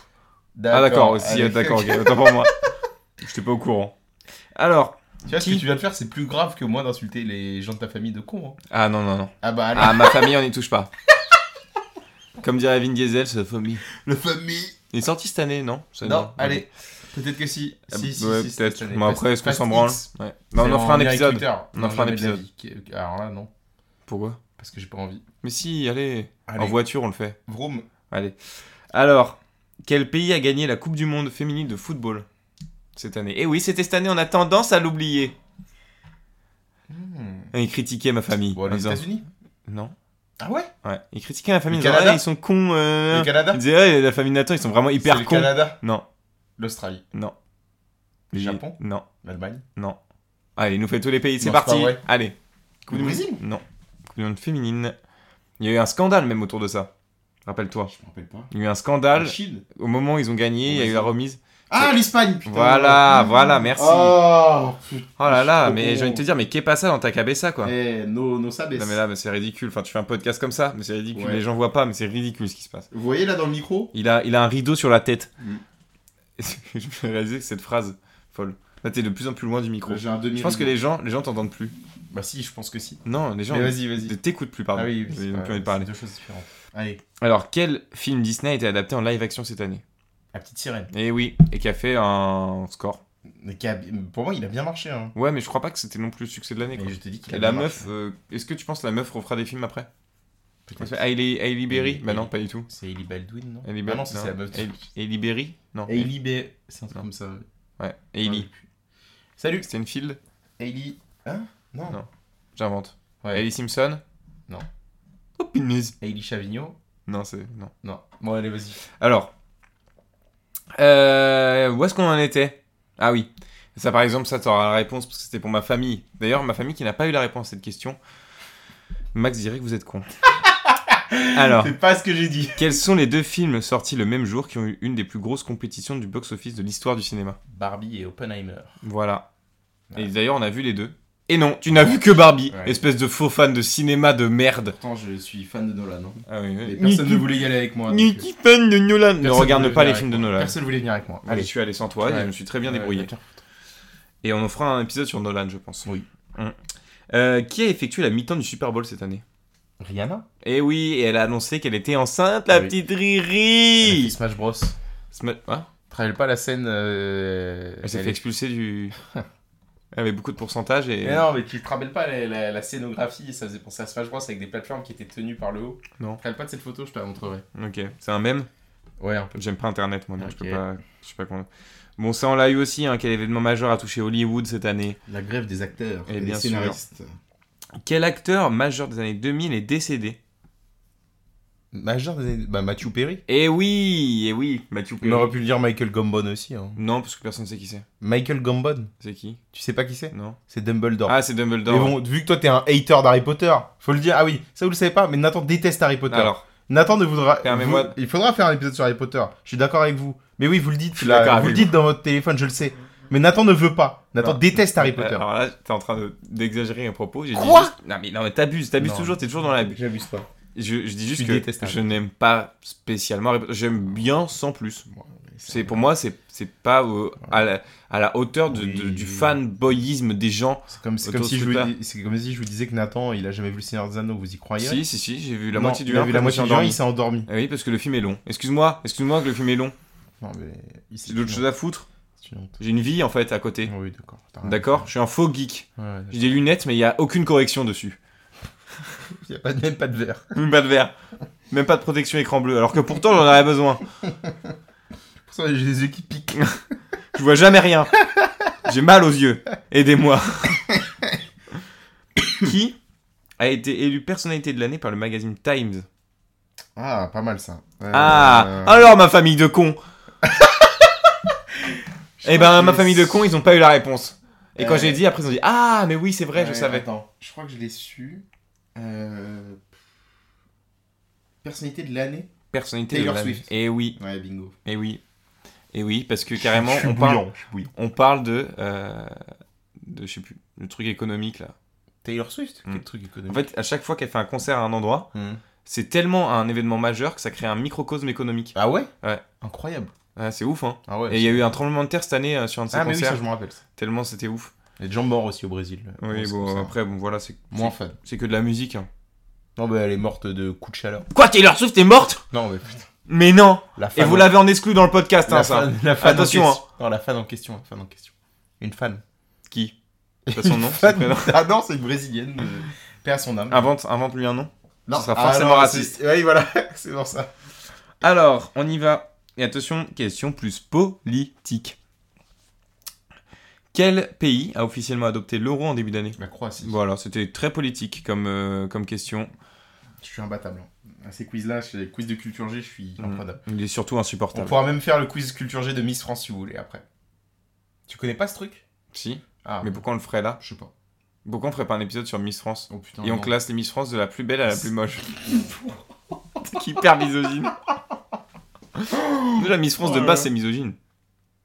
C: ah d'accord, aussi,
D: allez.
C: d'accord, ok, autant pour moi. J'étais pas au courant. Alors,
D: Tu vois, ce que
C: Qui-
D: tu viens de faire, c'est plus grave que moi d'insulter les gens de ta famille de cons. hein.
C: ah non, non, non.
D: Ah bah, allez.
C: Ah, ma famille, on n'y touche pas. Comme dirait Vin Diesel, sa famille.
D: le famille.
C: Il est sorti cette année, non Ça,
D: Non,
C: ok. Ah,
D: allez. Peut-être que si. Si, si,
C: Ouais,
D: si, si,
C: peut-être.
D: cette année.
C: Mais après, est-ce qu'on
D: Fast
C: s'en branle
D: X,
C: Ouais. Bah, on
D: c'est
C: en fera
D: en
C: un
D: lien avec
C: épisode.
D: Twitter.
C: On en
D: Non,
C: fera un
D: jamais de la
C: épisode.
D: vie. Alors là, non.
C: Pourquoi
D: Parce que j'ai pas envie.
C: Mais si, allez.
D: Allez.
C: En voiture, on le fait.
D: Vroom.
C: Allez. Alors, quel pays a gagné la Coupe du Monde féminine de football cette année Eh oui, c'était cette année, on a tendance à l'oublier.
D: Hmm.
C: Et Ils critiquaient ma famille.
D: Bon,
C: en
D: les
C: disant-
D: États-Unis
C: Non.
D: Ah ouais
C: Ouais. Ils critiquaient ma famille.
D: Le
C: en disant,
D: Canada
C: Ah, ils sont cons. euh.
D: Le Canada
C: Ils disaient, Ah, la famille de Nathan, ils sont vraiment
D: C'est
C: hyper
D: Le
C: cons.
D: Canada,
C: Non.
D: l'Australie,
C: Non.
D: Le
C: J'ai-
D: Japon
C: Non.
D: l'Albanie.
C: Non. Allez, il nous fait tous les pays, c'est
D: Non, c'est pas
C: parti.
D: vrai.
C: Allez.
D: Le
C: Monde-
D: Brésil
C: Non. Coupe du monde féminine. Il y a eu un scandale même autour de ça. Rappelle-toi.
D: Je me rappelle pas.
C: Il y a eu un
D: La
C: scandale.
D: Chine.
C: Au moment où ils ont gagné, il y a eu la remise.
D: Ah, l'Espagne putain. Ah.
C: Voilà, voilà, merci. Oh,
D: Oh, putain.
C: là là,
D: trop
C: mais
D: con.
C: j'ai envie de te dire, mais qu'est pas ça dans ta cabessa quoi
D: Eh, nos nos sabes.
C: Non mais là, mais c'est ridicule. Enfin, tu fais un podcast comme ça, mais c'est ridicule.
D: Ouais.
C: Les gens voient pas, mais c'est ridicule ce qui se passe.
D: Vous voyez là dans le micro
C: Il a, il a un rideau sur la tête.
D: Mm.
C: Je me réalisais que cette phrase folle. Là, t'es de plus en plus loin du micro.
D: J'ai un demi
C: Je pense que les gens, les gens t'entendent plus.
D: Bah si, je pense que si.
C: Non, les gens
D: Mais vas-y, vas-y.
C: ne t'écoutent plus, pardon.
D: Ah oui, oui, c'est
C: Ils n'ont
D: pas-
C: plus envie de
D: c'est
C: parler.
D: Deux choses différentes. Allez,
C: Alors, quel film Disney a été adapté en live action cette année
D: la petite sirène.
C: Eh oui, et qui a fait un score.
D: Mais qui a- Pour moi, il a bien marché. Hein.
C: Ouais, mais je crois pas que c'était non plus le succès de l'année.
D: Mais
C: quoi.
D: je te dis qu'il
C: Et
D: a
C: la
D: bien
C: meuf,
D: marché.
C: euh, est-ce que tu penses que la meuf refera des films après
D: Peut-être.
C: Hailey, Hailey Berry
D: Hailey-
C: Bah non, pas du tout.
D: C'est Ellie Baldwin, non
C: Hailey
D: Ah
C: Berry
D: non, ça, c'est la meuf.
C: Hailey- Hailey Berry Non.
D: Ellie B. C'est un truc
C: Non.
D: comme ça. ouais.
C: Ouais, Hailey.
D: Salut.
C: Stenfield
D: Ellie. Hein Non.
C: Non. J'invente.
D: Ouais.
C: Hailey Simpson
D: Non.
C: Oh, punaise.
D: Hailey Chavignon
C: Non, c'est. Non.
D: Non. Bon, allez, vas-y.
C: Alors, euh, où est-ce qu'on en était Ah oui, ça par exemple, ça t'auras la réponse parce que c'était pour ma famille. D'ailleurs, ma famille qui n'a pas eu la réponse à cette question. Max dirait que vous êtes con. Alors,
D: C'est pas ce que j'ai dit.
C: quels sont les deux films sortis le même jour qui ont eu une des plus grosses compétitions du box-office de l'histoire du cinéma
D: Barbie et Oppenheimer.
C: Voilà. Et
D: Ouais.
C: d'ailleurs, on a vu les deux. Et non, tu n'as vu que Barbie,
D: Ouais.
C: espèce de faux fan de cinéma de merde.
D: Pourtant, je suis fan de Nolan. hein.
C: Ah oui,
D: Mais
C: oui.
D: personne
C: Ni-
D: ne voulait y aller avec moi.
C: ni
D: donc, euh,
C: qui fan de Nolan. Ne
D: personne
C: regarde
D: voulait
C: pas
D: venir
C: les
D: avec
C: films de
D: moi.
C: Nolan.
D: Personne voulait venir avec moi.
C: Je
D: Allez.
C: suis allé sans toi et
D: Ouais.
C: je me suis très bien
D: Ouais,
C: débrouillé.
D: d'accord.
C: Et on en fera un épisode sur Nolan, je pense.
D: Oui.
C: Mm. Euh, qui a effectué la mi-temps du Super Bowl cette année
D: Rihanna
C: Eh oui, et elle a annoncé qu'elle était enceinte, la
D: Oui.
C: petite
D: Elle a fait
C: Riri
D: Smash Bros.
C: Sma- hein
D: Tu te rappelles pas la scène. euh,
C: Elle s'est
D: elle
C: fait
D: est-
C: expulser du. Elle avait beaucoup de pourcentage et.
D: Mais non, mais tu te rappelles pas la, la- la scénographie, ça faisait penser à Smash Bros avec des plateformes qui étaient tenues par le haut.
C: Non.
D: Tu te rappelles pas de cette photo, je te la montrerai.
C: Ok, c'est un mème.
D: Ouais, hein. un peu.
C: J'aime pas internet, moi, donc je
D: Ok.
C: peux pas. Je sais pas comment. Bon, ça, on l'a eu aussi, hein, quel événement majeur a touché Hollywood cette année.
D: La grève des acteurs
C: Et et des bien sûr. scénaristes. Quel acteur majeur des années 2000 est décédé
D: Major des... Bah, Matthew Perry.
C: Eh oui Eh oui Mathieu
D: On aurait pu le dire Michael Gambon aussi. hein.
C: Non, parce que personne sait qui c'est.
D: Michael Gambon,
C: C'est qui
D: tu sais pas qui c'est
C: Non.
D: C'est Dumbledore.
C: Ah, c'est Dumbledore.
D: mais bon, vu que toi t'es un hater d'Harry Potter, faut le dire. Ah oui, ça vous le savez pas, mais Nathan déteste Harry Potter.
C: Ah, Alors.
D: Nathan ne voudra.
C: Permets-moi
D: vous- Il faudra faire un épisode sur Harry Potter. Je suis d'accord avec vous. Mais oui, vous le dites.
C: suis
D: là,
C: d'accord avec
D: vous le
C: vous.
D: dites dans votre téléphone, je le sais. Mais Nathan ne veut pas. Nathan
C: Non.
D: déteste Harry
C: Euh,
D: Potter.
C: Alors là, t'es en train de- d'exagérer un propos. J'ai dit
D: Quoi
C: juste- Non mais, non, mais t'abuses, t'abuses
D: Non.
C: toujours, t'es toujours dans l'abus.
D: J'abuse pas.
C: Je, je dis juste
D: Tu détestes
C: que
D: Harry
C: je n'aime pas spécialement Harry Potter. J'aime bien sans plus. C'est pour moi, c'est c'est pas euh, à, la, à la hauteur de- de-
D: Oui.
C: du fanboyisme des gens.
D: C'est comme, c'est
C: Autour
D: comme si
C: de
D: je vous
C: Twitter.
D: dis- c'est comme si je vous disais que Nathan, il a jamais vu le Seigneur des Anneaux. Vous y croyez
C: Si, si, si, j'ai vu la
D: Non,
C: moitié du
D: il a
C: film.
D: vu la moitié du jeu, il s'est endormi.
C: Oui, parce que le film est long. Excuse-moi, excuse-moi que le film est long.
D: Non, mais il s'est
C: J'ai d'autres
D: une-
C: choses à foutre.
D: c'est une honte.
C: J'ai une vie en fait à côté.
D: Oui, d'accord. t'as raison.
C: D'accord Je suis un faux geek.
D: Ouais, ouais,
C: J'ai des lunettes, mais il n'y a aucune correction dessus.
D: Il n'y a pas de, même pas de verre.
C: Même pas de verre. Même pas de protection écran bleu. Alors que pourtant, j'en aurais besoin.
D: Pour ça, j'ai les yeux qui piquent.
C: Je vois jamais rien. J'ai mal aux yeux. Aidez-moi. Qui a été élu personnalité de l'année par le magazine Times
D: Ah, pas mal ça. Euh,
C: Ah
D: euh,
C: Alors, ma famille de cons
D: je
C: Eh
D: crois
C: ben,
D: que
C: ma
D: j'ai-
C: famille de cons, ils ont pas eu la réponse. Et quand
D: Euh.
C: j'ai dit, après, ils ont dit Ah, mais oui, c'est vrai, je
D: Ouais,
C: savais.
D: Attends, je crois que je l'ai su. Euh, Personnalité de l'année
C: Personnalité
D: Taylor
C: de l'année.
D: Swift.
C: Eh oui,
D: Ouais, bingo.
C: eh oui. Et oui, parce que carrément,
E: je suis
C: on parle,
E: bouillant, je suis bouillant.
C: on parle de, euh, de, je sais plus, le truc économique là.
D: Taylor Swift
C: Mm.
D: Quel truc économique
C: En fait, à chaque fois qu'elle fait un concert à un endroit,
D: Mm.
C: c'est tellement un événement majeur que ça crée un microcosme économique.
D: Ah ouais
C: Ouais.
D: Incroyable.
C: Ah, c'est ouf, hein.
D: Ah ouais.
C: Et il y a eu un tremblement de terre cette année euh, sur un de ses
D: Ah mais oui,
C: concerts,
D: ça je me rappelle.
C: tellement c'était ouf.
D: Il y a des gens morts aussi au Brésil.
C: Oui,
D: C'est
C: bon,
D: comme ça.
C: après, bon, voilà, c'est
D: Moins fan.
C: c'est- c'est que de la musique. hein.
D: Non, mais elle est morte de coup de chaleur.
C: Quoi, Taylor Swift est morte
D: Non, mais putain.
C: Mais non
D: La
C: Et
D: fan-
C: vous l'avez en exclu dans le podcast, hein,
D: la
C: ça.
D: fan- la fan en
C: Attention, hein.
D: question. Non, la fan en question, la fan en question. Une fan.
C: Qui Pas son nom, son
D: Fan-
C: prénom.
D: Ah non, c'est une brésilienne. euh, Paix à son âme.
C: Invente, invente-lui un nom. Ah,
D: non, ah
C: ce sera forcément
D: non,
C: raciste.
D: c'est- Oui, voilà, c'est pour ça.
C: Alors, on y va. Et attention, question plus politique. Quel pays a officiellement adopté l'euro en début d'année
D: La Croatie.
C: Voilà, c'était très politique comme, euh, comme question.
D: Je suis imbattable. hein. À ces quiz-là, chez les quiz de Culture G, je suis
C: Mhm.
D: imprenable.
C: Il est surtout
D: On
C: insupportable.
D: pourra même faire le quiz Culture G de Miss France si vous voulez après. Tu connais pas ce truc
C: Si,
D: Ah,
C: mais pourquoi on le ferait là
D: je sais pas.
C: Pourquoi on ferait pas un épisode sur Miss France
D: Oh putain.
C: Et on
D: non.
C: classe les Miss France de la plus belle à la plus moche. C'est hyper misogyne. Déjà, Miss France de
D: Oh là
C: base,
D: là.
C: c'est misogyne.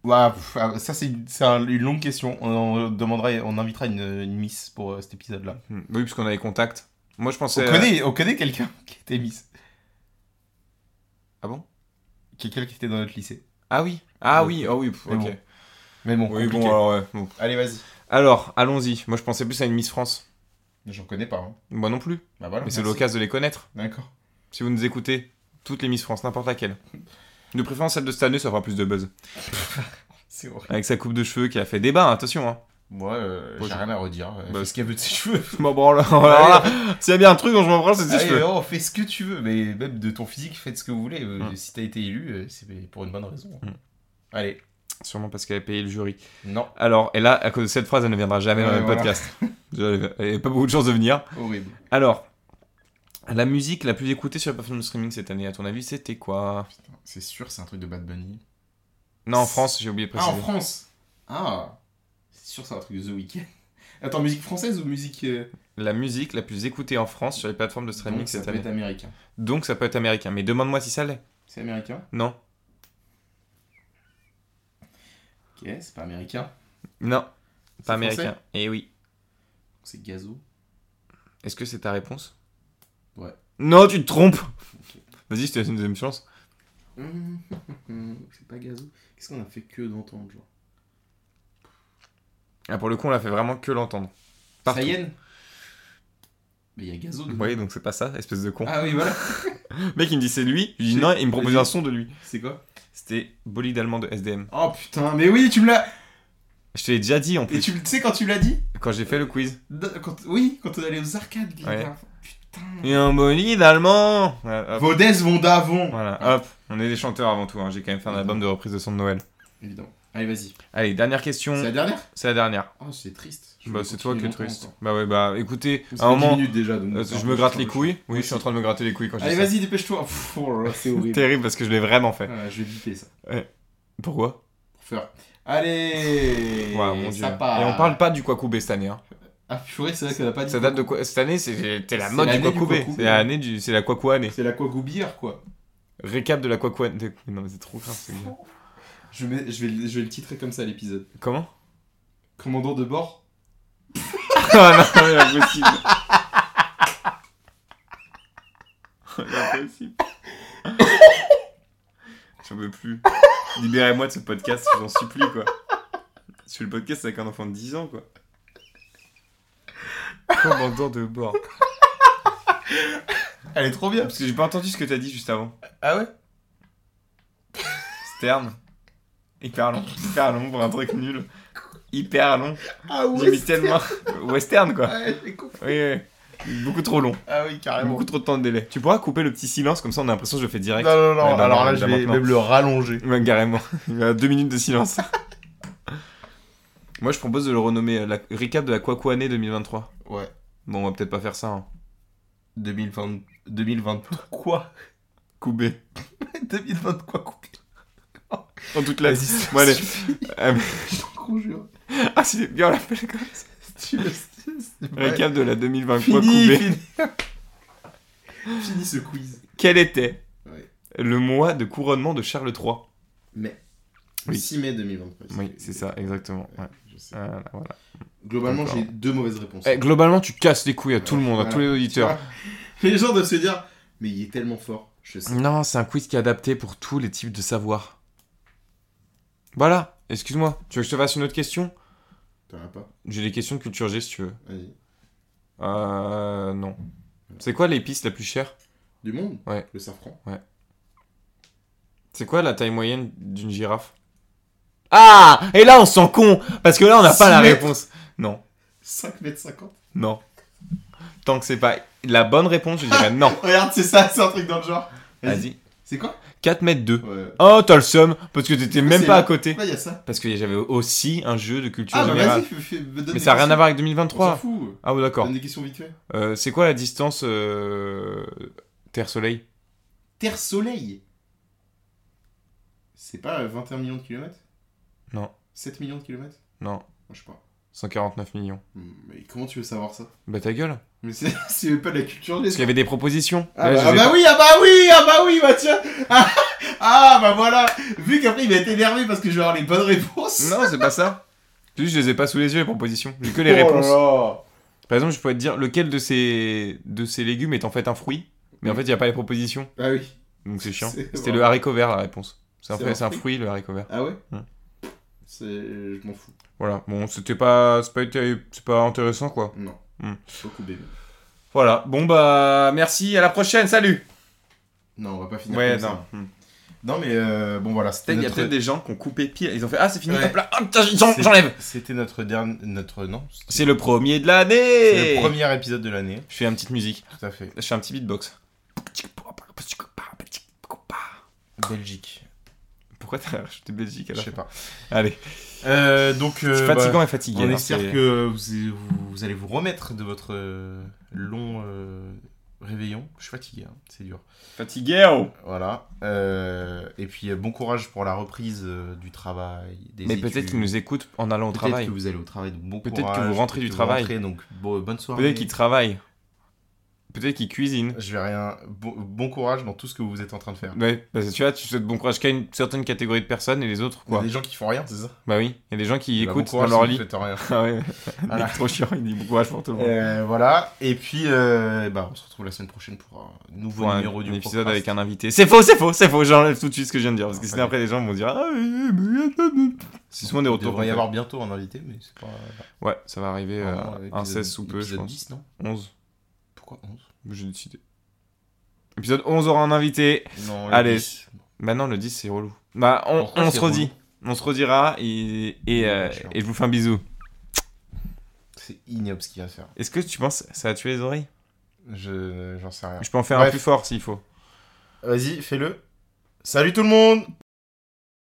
D: Ouah, pff, ah, ça, c'est une, c'est un- une longue question. On, en demandera, on invitera une, une Miss pour euh, cet épisode-là.
C: Hmm. Oui, parce qu'on a les contacts. Moi, je pensais.
D: On connaît, on connaît quelqu'un qui était Miss.
C: Ah bon
D: Quelqu'un qui était dans notre lycée.
C: Ah oui. Ah oui, ah oui, pff,
D: Mais
C: ok.
D: bon, Mais bon,
C: Oui,
D: compliqué.
C: bon, euh. alors, ouais, bon.
D: Allez, vas-y.
C: Alors, allons-y. Moi, je pensais plus à une Miss France.
D: J'en connais pas. hein.
C: Moi non plus.
D: Bah voilà.
C: Mais c'est
D: merci.
C: l'occasion de les connaître.
D: D'accord.
C: Si vous nous écoutez, toutes les Miss France, n'importe laquelle. De préférence celle de cette année, ça fera plus de buzz.
D: C'est horrible.
C: Avec sa coupe de cheveux qui a fait débat, hein, attention. Hein.
D: Moi, euh,
C: Bon,
D: j'ai
C: je-
D: rien à redire. Euh,
C: Bah,
D: fais ce qu'elle veut de ses cheveux.
C: Je m'en branle. Alors là, S'il y a bien un truc dont je m'en branle, c'est de ses
D: Allez,
C: cheveux.
D: oh, fais ce que tu veux, mais même de ton physique, faites ce que vous voulez. Euh,
C: Mm.
D: Si t'as été élu, euh, c'est pour une bonne raison.
C: Mm.
D: Allez,
C: Sûrement parce qu'elle a payé le jury.
D: non,
C: Alors, et là, à cause de cette phrase, elle ne viendra jamais dans
D: Ouais,
C: le
D: voilà.
C: podcast. Elle n'a pas beaucoup de chances de venir.
D: horrible.
C: Alors, la musique la plus écoutée sur les plateformes de streaming cette année, à ton avis, c'était quoi
D: Putain, C'est sûr, c'est un truc de Bad Bunny.
C: Non, en France, j'ai oublié de
D: Ah,
C: préciser.
D: en France Ah C'est sûr, c'est un truc de The Weeknd. Attends, musique française ou musique. euh,
C: La musique la plus écoutée en France sur les plateformes de streaming
D: donc, ça
C: cette
D: peut
C: année.
D: être américain.
C: Donc, ça peut être américain. Mais demande-moi si ça l'est.
D: C'est américain
C: Non.
D: Ok, c'est pas américain.
C: Non.
D: C'est
C: Pas américain. Eh oui.
D: C'est Gazo.
C: Est-ce que c'est ta réponse
D: Ouais.
C: Non, tu te trompes Vas-y, je te laisse une deuxième chance.
D: Hum, hum, hum, c'est pas Gazo. Qu'est-ce qu'on a fait que d'entendre, genre
C: Ah, pour le coup, on l'a fait vraiment que l'entendre. Partout.
D: Sayen Mais il y a Gazo dedans.
C: Oui, donc c'est pas ça, espèce de con.
D: Ah oui, voilà.
C: Le Mec, il me dit c'est lui. Je lui dis
D: J'ai-
C: non, il me propose
D: vas-y.
C: un son de lui.
D: c'est quoi
C: C'était Bolide Allemand de SDM.
D: Oh putain, mais oui, tu me l'as.
C: Je te l'ai déjà dit en
D: Et
C: plus
D: tu me- tu sais quand tu me l'as dit
C: quand j'ai fait le quiz.
D: Da- quand- Oui, quand on allait aux arcades, les
C: Ouais.
D: gars. Putain.
C: Et un bolide allemand Voilà, Euh, hop.
D: Vaudès vont d'avant.
C: Voilà, hop. On est des chanteurs avant tout, hein. j'ai quand même fait un album de reprise de son de Noël.
D: Évidemment. Allez, vas-y.
C: Allez, dernière question,
D: C'est la dernière
C: c'est la dernière.
D: Oh, c'est triste. Je
C: Bah,
D: vais
C: c'est toi qui
D: continuer
C: es
D: longtemps
C: triste.
D: encore.
C: Bah ouais, bah écoutez,
D: Ça
C: à un
D: fait 10
C: moment,
D: minutes déjà, donc,
C: euh,
D: c'est un
C: je
D: peu
C: me gratte
D: chiant,
C: les
D: je-
C: couilles. Oui, je
D: Aussi.
C: suis en train de me gratter les couilles quand je
D: Allez,
C: dis ça.
D: vas-y, dépêche-toi. Pff, oh là là, C'est horrible.
C: Terrible parce que je l'ai vraiment fait.
D: Ah, je vais biper ça.
C: Pourquoi
D: Pour faire. Allez
C: Ouais, mon Dieu.
D: Ça part.
C: Et on parle pas du Kwakubé cette année. Hein.
D: Ah, purée, c'est vrai qu'on a pas dit.
C: Ça date de quoi Cette année, c'est- c'était la
D: C'est
C: mode du
D: l'année du
C: Kwakubé.
D: Kwakubé.
C: C'est la année du, c'est la Kwaku année.
D: C'est la quoi goubière, quoi.
C: Récap de la Kwaku année. Non mais c'est trop grave. ce gars.
D: Je, mets- je, vais, le- je vais le titrer comme ça l'épisode.
C: Comment
D: Commandant de bord
C: Ah non, mais impossible. Oh, impossible. J'en peux plus. Libérez-moi de ce podcast, j'en supplie, quoi. Je fais le podcast avec un enfant de 10 ans, quoi. Commandant de bord.
D: Elle est trop bien.
C: Parce que j'ai pas entendu ce que t'as dit juste avant.
D: Ah ouais
C: Stern. Hyper long. Hyper long pour un truc nul. Hyper long.
D: Ah
C: J'ai mis tellement. Western, quoi.
D: Ah, j'ai compris.
C: Oui, oui. Beaucoup trop long.
D: Ah oui, carrément.
C: Beaucoup trop de temps de délai. Tu pourras couper le petit silence, comme ça on a l'impression que je le fais direct.
D: Non, non, non,
C: Ouais, bah,
D: alors là,
C: bah,
D: je vais
C: maintenant.
D: même le rallonger.
C: Ouais, carrément. Il y a deux minutes de silence. Moi je propose de le renommer euh, la récap de la Kwaku année 2023.
D: Ouais.
C: Bon, on va peut-être pas faire ça. Hein.
D: 2020... 2020 quoi
C: Koubé.
D: 2020 quoi coupé
C: En toute la Bon, allez. Ah, mais-
D: Je te conjure.
C: ah, c'est bien, on l'appelle comme ça.
D: Tu veux- c'est- c'est pas-
C: Récap de la 2023
D: Fini,
C: Koubé.
D: fini. Fini ce quiz.
C: Quel était
D: Ouais.
C: le mois de couronnement de Charles III
D: Mais
C: Oui.
D: 6 mai 2023.
C: Oui, c'est ça, exactement. ouais.
D: Je sais.
C: Voilà, voilà.
D: Globalement,
C: D'accord.
D: j'ai deux mauvaises réponses.
C: Eh, globalement, tu casses les couilles à tout le monde, à
D: Voilà.
C: tous les
D: Tu
C: auditeurs.
D: vois les gens doivent se dire, mais il est tellement fort, je sais.
C: Non, c'est un quiz qui est adapté pour tous les types de savoirs. Voilà, excuse-moi. Tu veux que je te fasse une autre question
D: T'en as pas
C: J'ai des questions de culture G si tu veux.
D: Vas-y.
C: Euh. Non. C'est quoi l'épice la plus chère
D: Du monde
C: Ouais.
D: Le safran.
C: C'est quoi la taille moyenne d'une girafe Ah Et là, on s'en con Parce que là, on n'a pas
D: Six
C: la
D: mètres.
C: réponse. Non,
D: 5 m 50.
C: non. Tant que c'est pas la bonne réponse, je dirais non.
D: Regarde, c'est ça, c'est un truc dans le genre.
C: Vas-y.
D: C'est quoi
C: 4 mètres 2.
D: Ouais.
C: Oh, t'as le seum Parce que t'étais même
D: C'est
C: pas à
D: bon.
C: côté.
D: Là, il y a ça.
C: Parce que j'avais aussi un jeu de culture
D: Ah, bah vas-y,
C: générale.
D: fais- fais- me donne
C: Mais
D: des
C: ça n'a rien à
D: questions.
C: voir avec
D: On s'en
C: 2023.
D: fout.
C: Ah, oui, d'accord.
D: Donne des questions vite fait.
C: Euh, c'est quoi la distance euh, Terre-Soleil
D: Terre-Soleil. C'est pas euh, 21 millions de kilomètres
C: Non.
D: 7 millions de kilomètres
C: Non,
D: Moi, Je sais pas.
C: 149 millions.
D: Hmm, Mais comment tu veux savoir ça
C: Bah ta gueule
D: Mais c'est c'est pas de la culture
C: Parce qu'il y
D: des...
C: avait des propositions.
D: Ah,
C: Là,
D: bah,
C: je
D: ah
C: les ai
D: bah oui, ah bah oui, ah bah oui, bah tiens Ah, ah, bah voilà Vu qu'après il va être énervé parce que je vais avoir les bonnes réponses
C: Non, c'est pas ça. C'est Juste, je les ai pas sous les yeux, les propositions. J'ai que
D: Oh
C: les
D: là
C: réponses.
D: là.
C: Par exemple, je pourrais te dire lequel de ces, de ces légumes est en fait un fruit, mais en fait, il n'y a pas les propositions.
D: Ah oui.
C: Donc c'est chiant.
D: C'est
C: C'était
D: vrai.
C: le haricot vert, la réponse. C'est un,
D: C'est
C: fruit-
D: un
C: c'est un
D: fruit
C: fruit, le haricot vert.
D: Ah ouais
C: Hmm.
D: C'est... Je m'en fous.
C: Voilà. Bon, c'était pas, c'est pas, été- c'est pas intéressant, quoi.
D: Non.
C: Hmm.
D: Beaucoup bébé.
C: Voilà. Bon, bah, merci. À la prochaine. Salut.
D: Non, on va pas finir
C: Ouais,
D: comme
C: non. Hmm.
D: ça. Non mais euh, bon voilà, c'était
C: Peut-être il y a
D: notre...
C: peut-être des gens qui ont coupé pile. Ils ont fait Ah, c'est fini.
D: Ouais.
C: Hop là. Hop, putain, j'en- j'enlève.
D: C'était notre dernier... Notre... Non,
C: C'est le premier de
D: C'est
C: l'année.
D: le premier épisode de l'année,
C: Je fais une petite musique.
D: tout à fait.
C: Je fais un petit beatbox.
D: Belgique,
C: Pourquoi t'as rajouté Belgique
D: je
C: alors
D: sais pas.
C: Allez,
D: Euh, donc, euh,
C: c'est
D: bah,
C: fatigant et fatigué.
D: on
C: hein,
D: espère
C: c'est-
D: que vous, vous- vous allez vous remettre de votre euh, long euh, réveillon. Je suis fatigué, hein, c'est dur.
C: Fatigué, oh
D: Voilà. Euh, et puis euh, bon courage pour la reprise euh, du travail. Des
C: Mais
D: études.
C: peut-être qu'ils nous écoutent en allant au
D: Peut-être
C: travail.
D: que vous allez au travail. Donc bon
C: Peut-être
D: courage.
C: que vous rentrez du
D: peut-être que vous
C: travail.
D: rentrez, donc bon- bonne soirée.
C: Peut-être qu'ils travaillent. Peut-être qu'ils cuisinent.
D: Je vais rien. Bon, bon courage dans tout ce que vous êtes en train de faire.
C: Ouais, parce que tu vois, tu souhaites bon courage qu'à une certaine catégorie de personnes et les autres,
D: Il y a
C: quoi.
D: des gens qui font rien, c'est ça
C: Bah oui, il y a des gens qui
D: Bah, bon
C: écoutent
D: courage
C: dans leur
D: si
C: lit.
D: vous faites rien.
C: Ah ouais,
D: Voilà.
C: il est trop chiant, il dit bon courage pour tout le monde.
D: Euh, voilà, et puis euh, bah, on se retrouve la semaine prochaine pour un nouveau
C: Pour un,
D: numéro du
C: un épisode
D: podcast.
C: avec un invité. C'est faux, c'est faux, c'est faux, j'enlève tout de suite ce que je viens de dire, parce que
D: Ah,
C: sinon
D: ouais.
C: après les gens vont dire Ah, oui, mais... C'est souvent des
D: Il
C: retours. qu'on
D: devrait y
C: fait.
D: avoir bientôt un invité, mais c'est pas.
C: Ouais, ça va arriver euh,
D: Normalement,
C: un
D: épisode-
C: 16 sous peu, je
D: épisode
C: pense.
D: 10, non
C: 11,
D: Pourquoi 11
C: j'ai décidé. Épisode 11 aura un invité.
D: Non,
C: le Allez. 10. Bah non, le 10 c'est relou. Bah on,
D: Pourquoi
C: on
D: c'est
C: se redit. On se redira et, et, euh,
D: Chiant.
C: et je vous fais un bisou.
D: C'est ignoble ce qu'il va faire.
C: Est-ce que tu penses que ça a tué les oreilles
D: Je, j'en sais rien.
C: Je peux en faire un
D: Ah. Bref.
C: plus fort s'il faut.
D: Vas-y, fais-le. Salut tout le monde